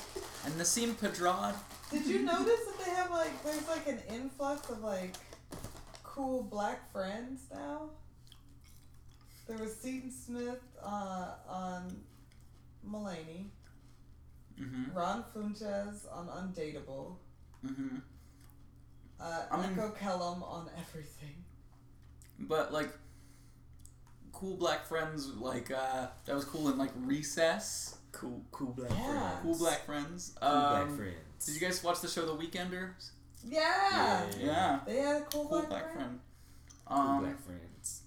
[SPEAKER 5] And Nassim Pedrad.
[SPEAKER 2] Did you notice that they have like. There's like an influx of like cool black friends now? There was Seton Smith uh, on Mulaney,
[SPEAKER 5] Mm-hmm.
[SPEAKER 2] Ron Funches on Undateable,
[SPEAKER 5] Mm-hmm.
[SPEAKER 2] uh,
[SPEAKER 5] I mean-
[SPEAKER 2] Echo Kellum on Everything.
[SPEAKER 5] But like cool black friends like uh that was cool in like recess.
[SPEAKER 4] cool, cool black
[SPEAKER 2] Yeah.
[SPEAKER 4] friends.
[SPEAKER 5] Cool black friends.
[SPEAKER 4] Cool
[SPEAKER 5] um,
[SPEAKER 4] black friends.
[SPEAKER 5] Did you guys watch the show The Weekenders?
[SPEAKER 2] Yeah!
[SPEAKER 4] Yeah.
[SPEAKER 5] Yeah.
[SPEAKER 2] They had a cool,
[SPEAKER 5] Cool
[SPEAKER 2] black,
[SPEAKER 5] black
[SPEAKER 2] friend.
[SPEAKER 5] friend.
[SPEAKER 4] Cool
[SPEAKER 5] Um,
[SPEAKER 4] black friends.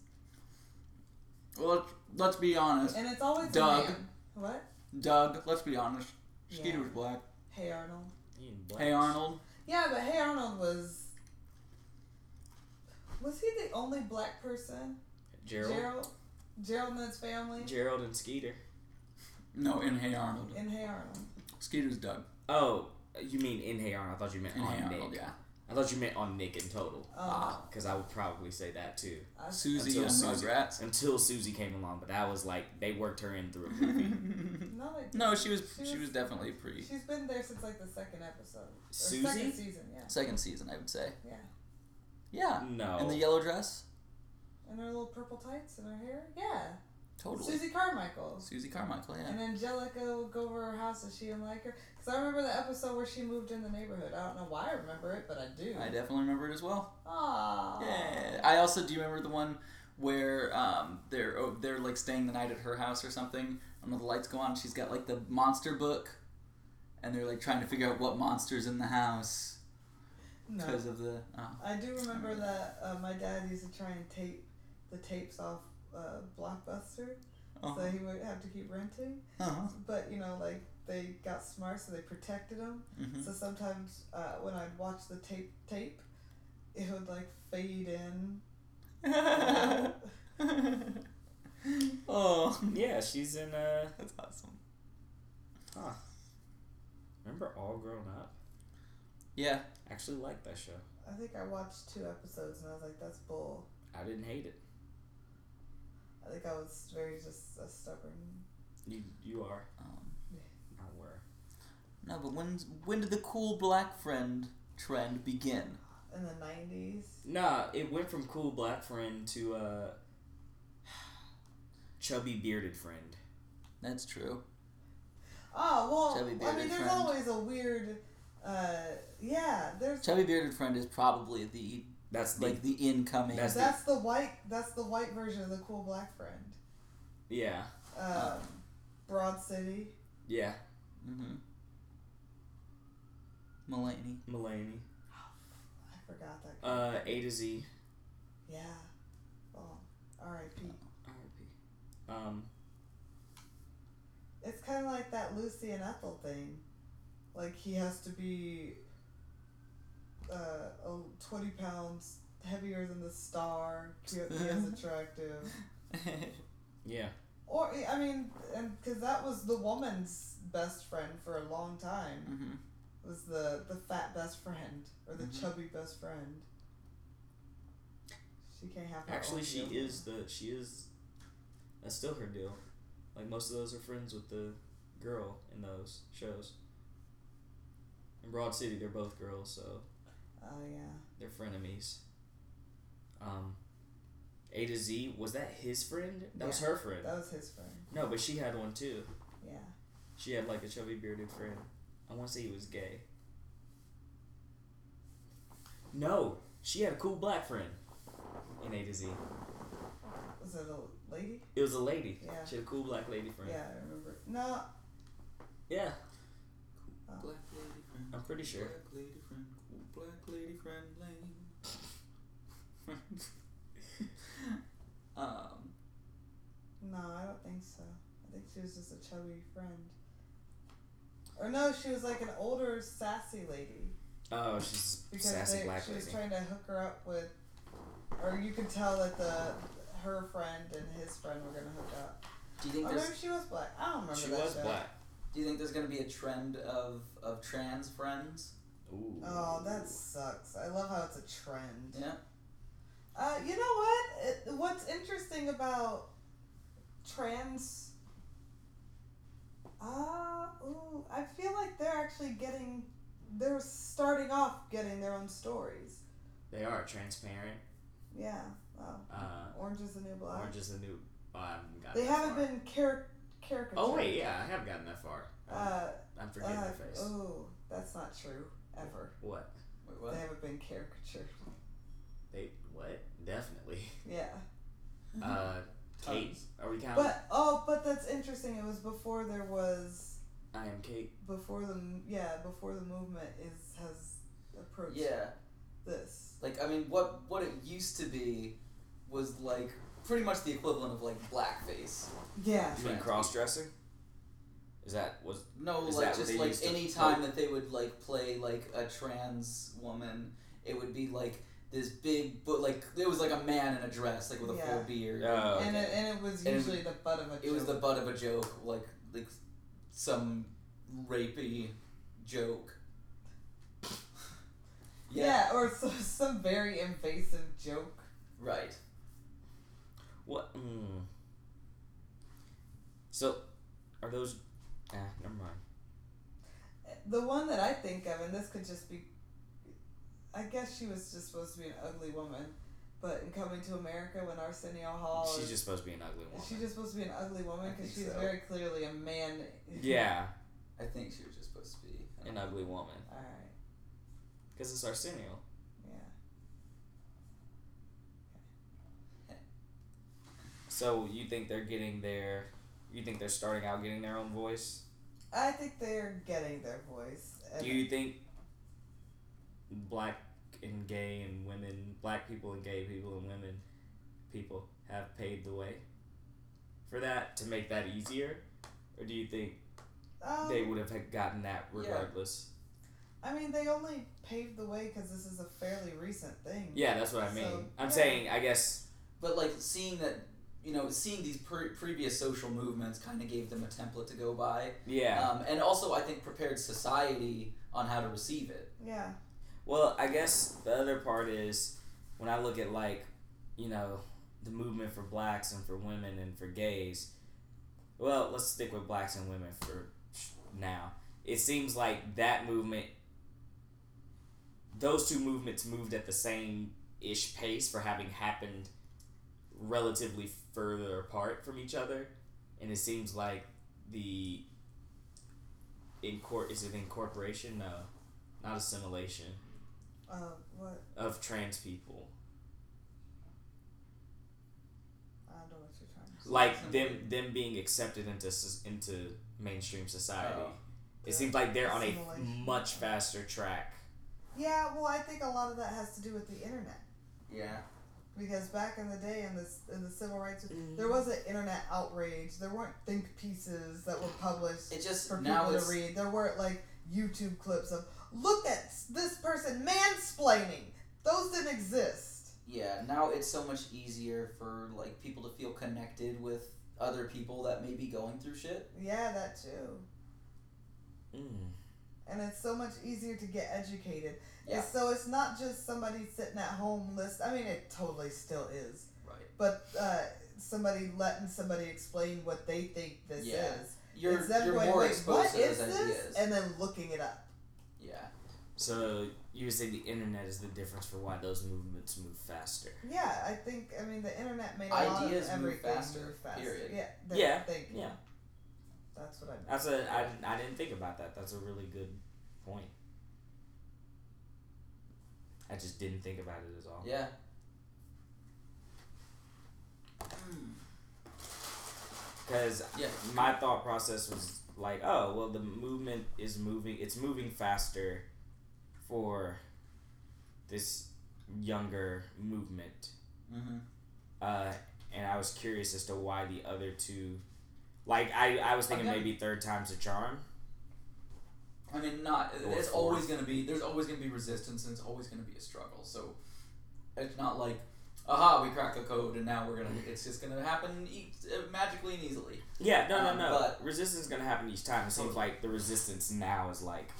[SPEAKER 5] well, let's, let's be honest.
[SPEAKER 2] And it's always a
[SPEAKER 5] Doug.
[SPEAKER 2] man. What?
[SPEAKER 5] Doug, let's be honest. Skeeter was
[SPEAKER 2] Yeah.
[SPEAKER 5] black.
[SPEAKER 2] Hey Arnold.
[SPEAKER 4] You and
[SPEAKER 5] Hey,
[SPEAKER 4] blacks.
[SPEAKER 5] Arnold.
[SPEAKER 2] Yeah, but Hey Arnold was. Was he the only black person?
[SPEAKER 4] Gerald. Gerald.
[SPEAKER 2] Gerald, Gerald and his family
[SPEAKER 4] and Skeeter.
[SPEAKER 5] No, in Hey Arnold.
[SPEAKER 2] in Hey Arnold.
[SPEAKER 5] Skeeter's Doug.
[SPEAKER 4] Oh, you mean in Hey Arnold? I thought you meant
[SPEAKER 5] In
[SPEAKER 4] on
[SPEAKER 5] Hey
[SPEAKER 4] Nick.
[SPEAKER 5] Arnold, yeah.
[SPEAKER 4] I thought you meant on Nick in total.
[SPEAKER 2] Oh.
[SPEAKER 4] Because I would probably say that too.
[SPEAKER 2] I-
[SPEAKER 5] Susie
[SPEAKER 4] Until
[SPEAKER 5] and
[SPEAKER 4] Susie-
[SPEAKER 5] Rugrats.
[SPEAKER 4] Until Susie came along, but that was like they worked her in through a movie.
[SPEAKER 2] No, they-
[SPEAKER 5] no, she was she was definitely pre
[SPEAKER 2] She's been there since like the second episode. Or
[SPEAKER 4] Susie?
[SPEAKER 2] Second season, yeah.
[SPEAKER 5] second season, I would say.
[SPEAKER 2] Yeah.
[SPEAKER 5] Yeah.
[SPEAKER 4] no.
[SPEAKER 5] In the yellow dress.
[SPEAKER 2] And her little purple tights and her hair. Yeah.
[SPEAKER 5] Totally.
[SPEAKER 2] Susie Carmichael.
[SPEAKER 5] Susie Carmichael. Yeah.
[SPEAKER 2] And Angelica would go over to her house and she didn't like her. Because I remember the episode where she moved in the neighborhood. I don't know why I remember it, but I do.
[SPEAKER 5] I definitely remember it as well.
[SPEAKER 2] Aww.
[SPEAKER 5] Yeah. I also do you remember the one where um, they're oh, they're like staying the night at her house or something. And all the lights go on. She's got like the monster book, and they're like trying to figure out what monsters in the house
[SPEAKER 2] No.
[SPEAKER 5] because of the. Oh.
[SPEAKER 2] I do remember that uh, my dad used to try and tape the tapes off uh, Blockbuster.
[SPEAKER 5] Oh.
[SPEAKER 2] So he would have to keep renting.
[SPEAKER 5] Uh-huh.
[SPEAKER 2] But, you know, like, they got smart, so they protected him.
[SPEAKER 5] Mhm.
[SPEAKER 2] So sometimes uh, when I'd watch the tape tape, it would like fade in.
[SPEAKER 5] oh,
[SPEAKER 4] yeah, she's in. Uh,
[SPEAKER 5] that's awesome.
[SPEAKER 4] remember All Grown Up?
[SPEAKER 5] Yeah,
[SPEAKER 4] Actually liked that show.
[SPEAKER 2] I think I watched two episodes and I was like, that's bull.
[SPEAKER 4] I didn't hate it.
[SPEAKER 2] I think I was very just a stubborn.
[SPEAKER 4] You you are.
[SPEAKER 5] um,
[SPEAKER 4] I were.
[SPEAKER 5] no, but when when did the cool black friend trend begin?
[SPEAKER 2] In the 90s.
[SPEAKER 4] Nah, it went from cool black friend to uh, chubby bearded friend.
[SPEAKER 5] That's true.
[SPEAKER 2] Oh,
[SPEAKER 5] Chubby
[SPEAKER 2] well, I mean,
[SPEAKER 5] bearded
[SPEAKER 2] there's
[SPEAKER 5] friend.
[SPEAKER 2] always a weird. Uh, yeah, there's.
[SPEAKER 5] Chubby bearded friend is probably the
[SPEAKER 4] That's the
[SPEAKER 5] like the incoming.
[SPEAKER 4] That's-
[SPEAKER 2] That's the white. That's the white version of the cool black friend.
[SPEAKER 4] yeah
[SPEAKER 2] Um, Broad City.
[SPEAKER 4] yeah
[SPEAKER 5] mm-hmm. Mulaney.
[SPEAKER 4] Mulaney.
[SPEAKER 2] I forgot that. guy.
[SPEAKER 4] Uh, A to Z.
[SPEAKER 2] yeah. Oh, R.I.P.
[SPEAKER 4] R.I.P. Um,
[SPEAKER 2] It's kind of like that Lucy and Ethel thing. Like he has to be uh, a- 20 pounds heavier than the star to be as attractive.
[SPEAKER 5] Mm-hmm.
[SPEAKER 4] yeah.
[SPEAKER 2] Or, I mean, because that was the woman's best friend for a long
[SPEAKER 4] Mm.
[SPEAKER 2] time,
[SPEAKER 5] mm-hmm.
[SPEAKER 2] was the, the fat best friend or the
[SPEAKER 4] Mm-hmm.
[SPEAKER 5] Mhm.
[SPEAKER 2] chubby best friend. She can't have her
[SPEAKER 4] Actually,
[SPEAKER 2] own
[SPEAKER 4] she
[SPEAKER 2] deal.
[SPEAKER 4] is the she is. That's still her deal. Like most of those are friends with the girl in those shows. In Broad City, they're both girls, so
[SPEAKER 2] Oh, yeah.
[SPEAKER 4] they're frenemies. Um, A to Z was that his friend? That was
[SPEAKER 2] Yeah.
[SPEAKER 4] her friend.
[SPEAKER 2] That was his friend.
[SPEAKER 4] No, but she had one too.
[SPEAKER 2] Yeah.
[SPEAKER 4] She had like a chubby bearded friend. I want to say he was gay. No, she had a cool black friend in A to Z.
[SPEAKER 2] Was it a lady?
[SPEAKER 4] It was a lady.
[SPEAKER 2] Yeah.
[SPEAKER 4] She had a cool black lady friend.
[SPEAKER 2] Yeah, I remember. No, Oh,
[SPEAKER 4] Yeah,
[SPEAKER 5] Black lady friend.
[SPEAKER 4] I'm pretty sure.
[SPEAKER 5] Black lady friend. Cool black lady friend. Lane. um.
[SPEAKER 2] No, I don't think so. I think she was just a chubby friend. Or no, she was like an older sassy lady
[SPEAKER 4] Oh, she's
[SPEAKER 2] because
[SPEAKER 4] sassy
[SPEAKER 2] they,
[SPEAKER 4] black
[SPEAKER 2] she
[SPEAKER 4] lady.
[SPEAKER 2] was trying to hook her up with, or you could tell that the her friend and his friend were gonna hook up.
[SPEAKER 5] Do
[SPEAKER 2] Or
[SPEAKER 5] you think
[SPEAKER 2] maybe
[SPEAKER 5] there's
[SPEAKER 2] she was black. I don't remember
[SPEAKER 4] She
[SPEAKER 2] that
[SPEAKER 4] was
[SPEAKER 2] show.
[SPEAKER 4] black.
[SPEAKER 5] Do you think there's gonna be a trend of of trans friends?
[SPEAKER 4] Ooh.
[SPEAKER 2] Oh, that sucks. I love how it's a trend.
[SPEAKER 5] Yeah.
[SPEAKER 2] Uh, you know what? It, what's interesting about trans? Uh, ooh, I feel like they're actually getting, they're starting off getting their own stories.
[SPEAKER 4] They are transparent.
[SPEAKER 2] Yeah. Oh,
[SPEAKER 4] Uh,
[SPEAKER 2] Orange is the New Black.
[SPEAKER 4] orange is the new. Oh, I haven't gotten
[SPEAKER 2] they
[SPEAKER 4] that
[SPEAKER 2] haven't
[SPEAKER 4] far.
[SPEAKER 2] been caric- caricatured.
[SPEAKER 4] Oh wait, yeah, I have gotten that far.
[SPEAKER 2] Uh,
[SPEAKER 4] I'm forgetting
[SPEAKER 2] uh,
[SPEAKER 4] her face.
[SPEAKER 2] oh, that's not true. Ever.
[SPEAKER 4] What?
[SPEAKER 5] Wait,
[SPEAKER 2] They
[SPEAKER 5] what?
[SPEAKER 2] haven't been caricatured.
[SPEAKER 4] They what? Definitely.
[SPEAKER 2] Yeah.
[SPEAKER 5] Mm-hmm.
[SPEAKER 4] Uh, Kate.
[SPEAKER 5] Tons.
[SPEAKER 4] Are we counting?
[SPEAKER 2] But oh, but that's interesting. It was before there was.
[SPEAKER 4] I am Kate.
[SPEAKER 2] before the m- yeah before the movement is has approached
[SPEAKER 5] Yeah.
[SPEAKER 2] this
[SPEAKER 5] Like I mean, what what it used to be was like pretty much the equivalent of like blackface.
[SPEAKER 2] Yeah.
[SPEAKER 4] You mean
[SPEAKER 5] Right.
[SPEAKER 4] cross dressing? Is that was
[SPEAKER 5] No,
[SPEAKER 4] Is that
[SPEAKER 5] like
[SPEAKER 4] what
[SPEAKER 5] just
[SPEAKER 4] they
[SPEAKER 5] like
[SPEAKER 4] used to-
[SPEAKER 5] any time that they would like play like a trans woman, it would be like this big, but like it was like a man in a dress, like with a full
[SPEAKER 2] Yeah.
[SPEAKER 5] beard.
[SPEAKER 4] Oh,
[SPEAKER 2] And it, and it was
[SPEAKER 5] And it was-
[SPEAKER 2] usually the butt of a joke.
[SPEAKER 5] It was the butt of a joke, like like some rapey joke.
[SPEAKER 2] yeah. or so, some very invasive joke.
[SPEAKER 5] Right.
[SPEAKER 4] what? Mm. So, are those? Ah, never mind.
[SPEAKER 2] The one that I think of, and this could just be, I guess she was just supposed to be an ugly woman, but in Coming to America, when Arsenio Hall,
[SPEAKER 4] She's
[SPEAKER 2] is-
[SPEAKER 4] just supposed to be an ugly woman.
[SPEAKER 2] is she just supposed to be an ugly woman
[SPEAKER 5] I think
[SPEAKER 2] because she's
[SPEAKER 5] so.
[SPEAKER 2] very clearly a man.
[SPEAKER 4] yeah,
[SPEAKER 5] I think she was just supposed to be
[SPEAKER 4] an ugly woman.
[SPEAKER 2] All right.
[SPEAKER 4] Because it's Arsenio.
[SPEAKER 2] Yeah.
[SPEAKER 4] So you think they're getting their? You think they're starting out getting their own voice?
[SPEAKER 2] I think they're getting their voice. and-
[SPEAKER 4] Do you think black and gay and women, black people and gay people and women people have paved the way for that to make that easier? Or do you think
[SPEAKER 2] Um,
[SPEAKER 4] they would have had gotten that
[SPEAKER 5] Yeah.
[SPEAKER 4] regardless?
[SPEAKER 2] I mean, they only paved the way because this is a fairly recent thing.
[SPEAKER 4] Yeah, that's what I mean.
[SPEAKER 2] So,
[SPEAKER 4] I'm
[SPEAKER 2] yeah.
[SPEAKER 4] saying, I guess,
[SPEAKER 5] But like seeing that, you know, seeing these pre- previous social movements kind of gave them a template to go by,
[SPEAKER 4] yeah.
[SPEAKER 5] um, and also I think prepared society on how to receive it.
[SPEAKER 2] Yeah.
[SPEAKER 4] Well, I guess the other part is when I look at like, you know, the movement for blacks and for women and for gays. Well, let's stick with blacks and women for now. It seems like that movement those two movements moved at the same ish pace for having happened relatively further apart from each other. And it seems like the incor is it incorporation? No. Not assimilation
[SPEAKER 2] Uh, what?
[SPEAKER 4] of trans people.
[SPEAKER 2] I don't know what you're trying to
[SPEAKER 4] Like them them being accepted into soc- into mainstream society.
[SPEAKER 5] Oh.
[SPEAKER 4] It seems like they're on a
[SPEAKER 2] Assimilation.
[SPEAKER 4] much faster track.
[SPEAKER 2] Yeah, well, I think a lot of that has to do with the internet.
[SPEAKER 5] Yeah.
[SPEAKER 2] Because back in the day, in the, in the civil rights,
[SPEAKER 5] Mm-hmm.
[SPEAKER 2] there was an internet outrage. There weren't think pieces that were published
[SPEAKER 5] It just
[SPEAKER 2] for
[SPEAKER 5] now
[SPEAKER 2] people
[SPEAKER 5] it's
[SPEAKER 2] to read. There weren't, like, YouTube clips of, look at s- this person mansplaining. Those didn't exist.
[SPEAKER 5] yeah now it's so much easier for like people to feel connected with other people that may be going through shit.
[SPEAKER 2] Yeah, that too.
[SPEAKER 4] Mm.
[SPEAKER 2] and it's so much easier to get educated.
[SPEAKER 5] Yeah.
[SPEAKER 2] And so it's not just somebody sitting at home list. I mean, it totally still is,
[SPEAKER 5] Right.
[SPEAKER 2] but uh, somebody letting somebody explain what they think this
[SPEAKER 5] Yeah.
[SPEAKER 2] is.
[SPEAKER 5] You're
[SPEAKER 2] It's them
[SPEAKER 5] you're
[SPEAKER 2] going,
[SPEAKER 5] more
[SPEAKER 2] "Wait,
[SPEAKER 5] exposed to
[SPEAKER 2] what
[SPEAKER 5] those
[SPEAKER 2] is this?
[SPEAKER 5] ideas.
[SPEAKER 2] And then looking it up.
[SPEAKER 5] yeah.
[SPEAKER 4] So you would say the internet is the difference for why those movements move faster.
[SPEAKER 2] Yeah, I think I mean the internet made a
[SPEAKER 5] Ideas
[SPEAKER 2] lot of
[SPEAKER 5] move
[SPEAKER 2] everything
[SPEAKER 5] faster,
[SPEAKER 2] move faster.
[SPEAKER 5] period.
[SPEAKER 2] Yeah. than
[SPEAKER 4] Yeah,
[SPEAKER 2] thinking.
[SPEAKER 4] yeah.
[SPEAKER 2] That's what I meant.
[SPEAKER 4] That's a I, I didn't think about that. That's a really good point. I just didn't think about it at all.
[SPEAKER 5] Yeah. Hmm.
[SPEAKER 4] Because
[SPEAKER 5] Yeah.
[SPEAKER 4] my thought process was like, oh, well, the movement is moving. It's moving faster for this younger movement,
[SPEAKER 5] Mm-hmm.
[SPEAKER 4] uh, and I was curious as to why the other two, like, I I was thinking
[SPEAKER 5] Okay.
[SPEAKER 4] maybe third time's a charm.
[SPEAKER 5] I mean, not.
[SPEAKER 4] Or
[SPEAKER 5] it's
[SPEAKER 4] four.
[SPEAKER 5] always gonna be. There's always gonna be resistance, and it's always gonna be a struggle. So, it's not like, aha, we cracked the code, and now we're gonna.
[SPEAKER 4] Mm-hmm.
[SPEAKER 5] It's just gonna happen e- uh, magically and easily.
[SPEAKER 4] Yeah, no,
[SPEAKER 5] Um,
[SPEAKER 4] no, no.
[SPEAKER 5] but-
[SPEAKER 4] resistance is gonna happen each time. It seems
[SPEAKER 5] Totally.
[SPEAKER 4] like the resistance now is like,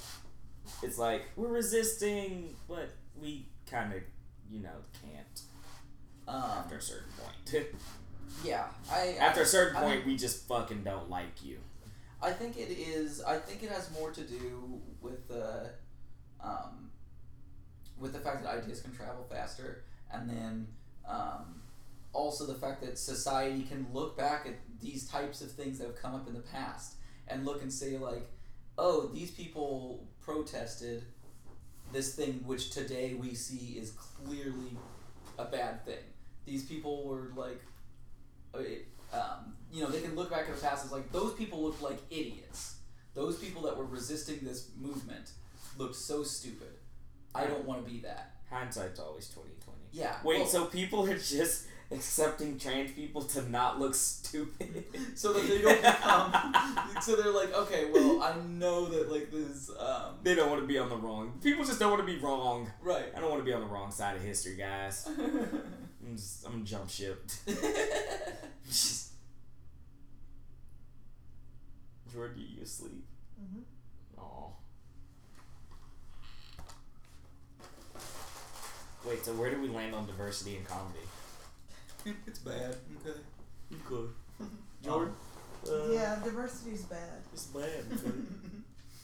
[SPEAKER 4] it's like we're resisting, but we kind of, you know, can't
[SPEAKER 5] Um,
[SPEAKER 4] after a certain point.
[SPEAKER 5] yeah, I
[SPEAKER 4] after a certain
[SPEAKER 5] I
[SPEAKER 4] point, we just fucking don't like you.
[SPEAKER 5] I think it is. I think it has more to do with the, um, with the fact that ideas can travel faster, and then um, also the fact that society can look back at these types of things that have come up in the past and look and say like, oh, these people protested this thing which today we see is clearly a bad thing. These people were like. uh, it- um, you know, they can look back at the past as like those people looked like idiots. Those people that were resisting this movement looked so stupid. I don't want to be that.
[SPEAKER 4] Hindsight's always twenty twenty.
[SPEAKER 5] Yeah.
[SPEAKER 4] Wait,
[SPEAKER 5] well,
[SPEAKER 4] so people are just accepting trans people to not look stupid.
[SPEAKER 5] So that they don't become. so they're like, okay, well, I know that like this. Um,
[SPEAKER 4] They don't want to be on the wrong. People just don't want to be wrong.
[SPEAKER 5] right.
[SPEAKER 4] I don't want to be on the wrong side of history, guys. I'm just, I'm gonna jump ship. Just- Jordan, you asleep?
[SPEAKER 2] Mm-hmm.
[SPEAKER 4] Oh. Wait, so where did we land on diversity and comedy?
[SPEAKER 5] it's bad. Okay.
[SPEAKER 4] Good.
[SPEAKER 5] Jordan?
[SPEAKER 2] yeah, diversity's bad.
[SPEAKER 4] uh, It's bad,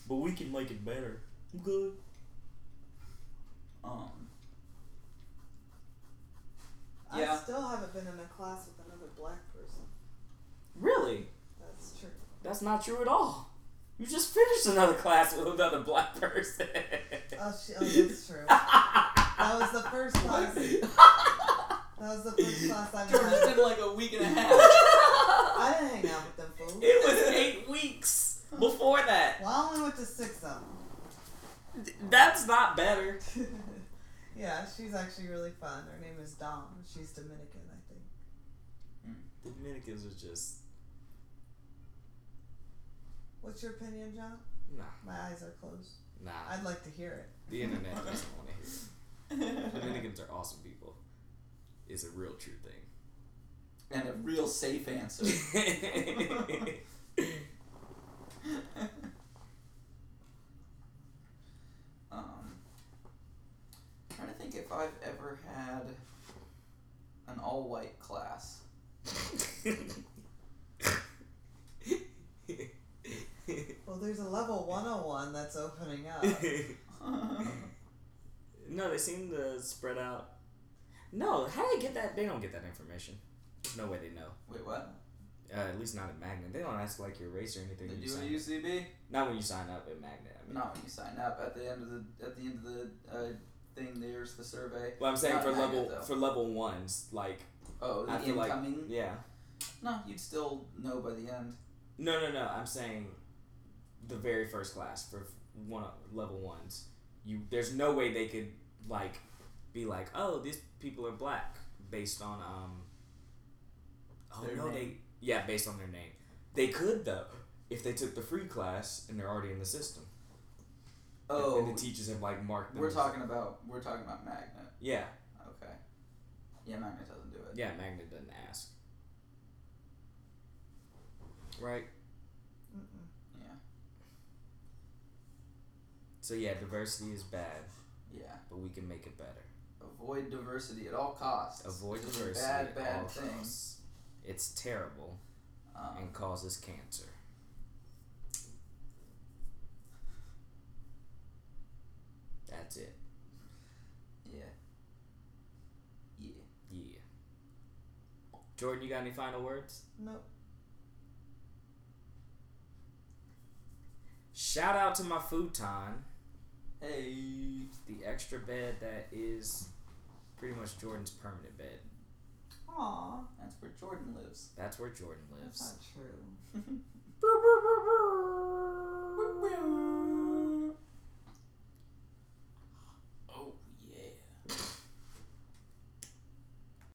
[SPEAKER 4] but we can make it better. Good.
[SPEAKER 5] um. Yeah.
[SPEAKER 2] I still haven't been in a class with another black person.
[SPEAKER 4] Really?
[SPEAKER 2] That's true.
[SPEAKER 4] That's not true at all. You just finished another class with another black person.
[SPEAKER 2] Oh, she, oh that's true. That was the first class. That was the first class I've
[SPEAKER 5] Jordan
[SPEAKER 2] had.
[SPEAKER 5] did like a week and a half.
[SPEAKER 2] I didn't hang out with them fools.
[SPEAKER 4] It was eight weeks before that.
[SPEAKER 2] Well, I only went to six of
[SPEAKER 4] That's not better.
[SPEAKER 2] them. yeah, she's actually really fun. Her name is Dom. She's Dominican, I think.
[SPEAKER 4] The Dominicans are just
[SPEAKER 2] What's your opinion, John?
[SPEAKER 4] nah,
[SPEAKER 2] My eyes are closed.
[SPEAKER 4] nah.
[SPEAKER 2] I'd like to hear it.
[SPEAKER 4] The internet doesn't want to hear. it. Dominicans are awesome people. It's a real true
[SPEAKER 5] and a real safe answer.
[SPEAKER 4] thing.
[SPEAKER 5] um, trying to think if I've ever had an all white class.
[SPEAKER 2] Well, there's a level 101 that's opening up.
[SPEAKER 4] no, they seem to spread out. No, how do they get that? They don't get that information. There's no way they know.
[SPEAKER 5] Wait, what?
[SPEAKER 4] Uh, at least not at Magnet. They don't ask like your race or anything.
[SPEAKER 5] They
[SPEAKER 4] when you
[SPEAKER 5] do
[SPEAKER 4] sign
[SPEAKER 5] a
[SPEAKER 4] up.
[SPEAKER 5] UCB?
[SPEAKER 4] Not when you sign up at Magnet. I mean.
[SPEAKER 5] Not when you sign up. At the end of the at the end of the uh, thing, there's the survey.
[SPEAKER 4] Well, I'm saying
[SPEAKER 5] Not
[SPEAKER 4] for
[SPEAKER 5] at Magnet,
[SPEAKER 4] level
[SPEAKER 5] though.
[SPEAKER 4] for level ones, like
[SPEAKER 5] Oh, the
[SPEAKER 4] I feel like-
[SPEAKER 5] incoming.
[SPEAKER 4] yeah.
[SPEAKER 5] No, you'd still know by the end.
[SPEAKER 4] No, no, no. I'm saying the very first class for one level ones. You there's no way they could like be like, oh, these people are black based on um. Oh
[SPEAKER 5] Their
[SPEAKER 4] no, they
[SPEAKER 5] name.
[SPEAKER 4] yeah, based on their name. They could though if they took the free class and they're already in the system. And-
[SPEAKER 5] Oh,
[SPEAKER 4] and, the teachers have like marked them.
[SPEAKER 5] we're
[SPEAKER 4] as-
[SPEAKER 5] talking about we're talking about magnet.
[SPEAKER 4] Yeah,
[SPEAKER 5] Okay. Yeah, Magnet doesn't do it.
[SPEAKER 4] yeah. Magna doesn't ask. Right.
[SPEAKER 2] Mm-mm.
[SPEAKER 5] Yeah.
[SPEAKER 4] So yeah, diversity is bad,
[SPEAKER 5] Yeah.
[SPEAKER 4] but we can make it better.
[SPEAKER 5] Avoid diversity at all costs.
[SPEAKER 4] Avoid
[SPEAKER 5] It's a
[SPEAKER 4] diversity.
[SPEAKER 5] Bad,
[SPEAKER 4] at
[SPEAKER 5] bad
[SPEAKER 4] all
[SPEAKER 5] thing.
[SPEAKER 4] costs. It's terrible
[SPEAKER 5] Um,
[SPEAKER 4] and causes cancer. That's it.
[SPEAKER 5] yeah. Yeah.
[SPEAKER 4] Yeah. Jordan, you got any final words?
[SPEAKER 2] Nope.
[SPEAKER 4] Shout out to my futon,
[SPEAKER 5] Hey.
[SPEAKER 4] the extra bed that is pretty much Jordan's permanent bed.
[SPEAKER 2] Aw,
[SPEAKER 5] That's where Jordan lives.
[SPEAKER 4] That's where Jordan
[SPEAKER 2] that's
[SPEAKER 4] lives.
[SPEAKER 2] not true.
[SPEAKER 5] Oh,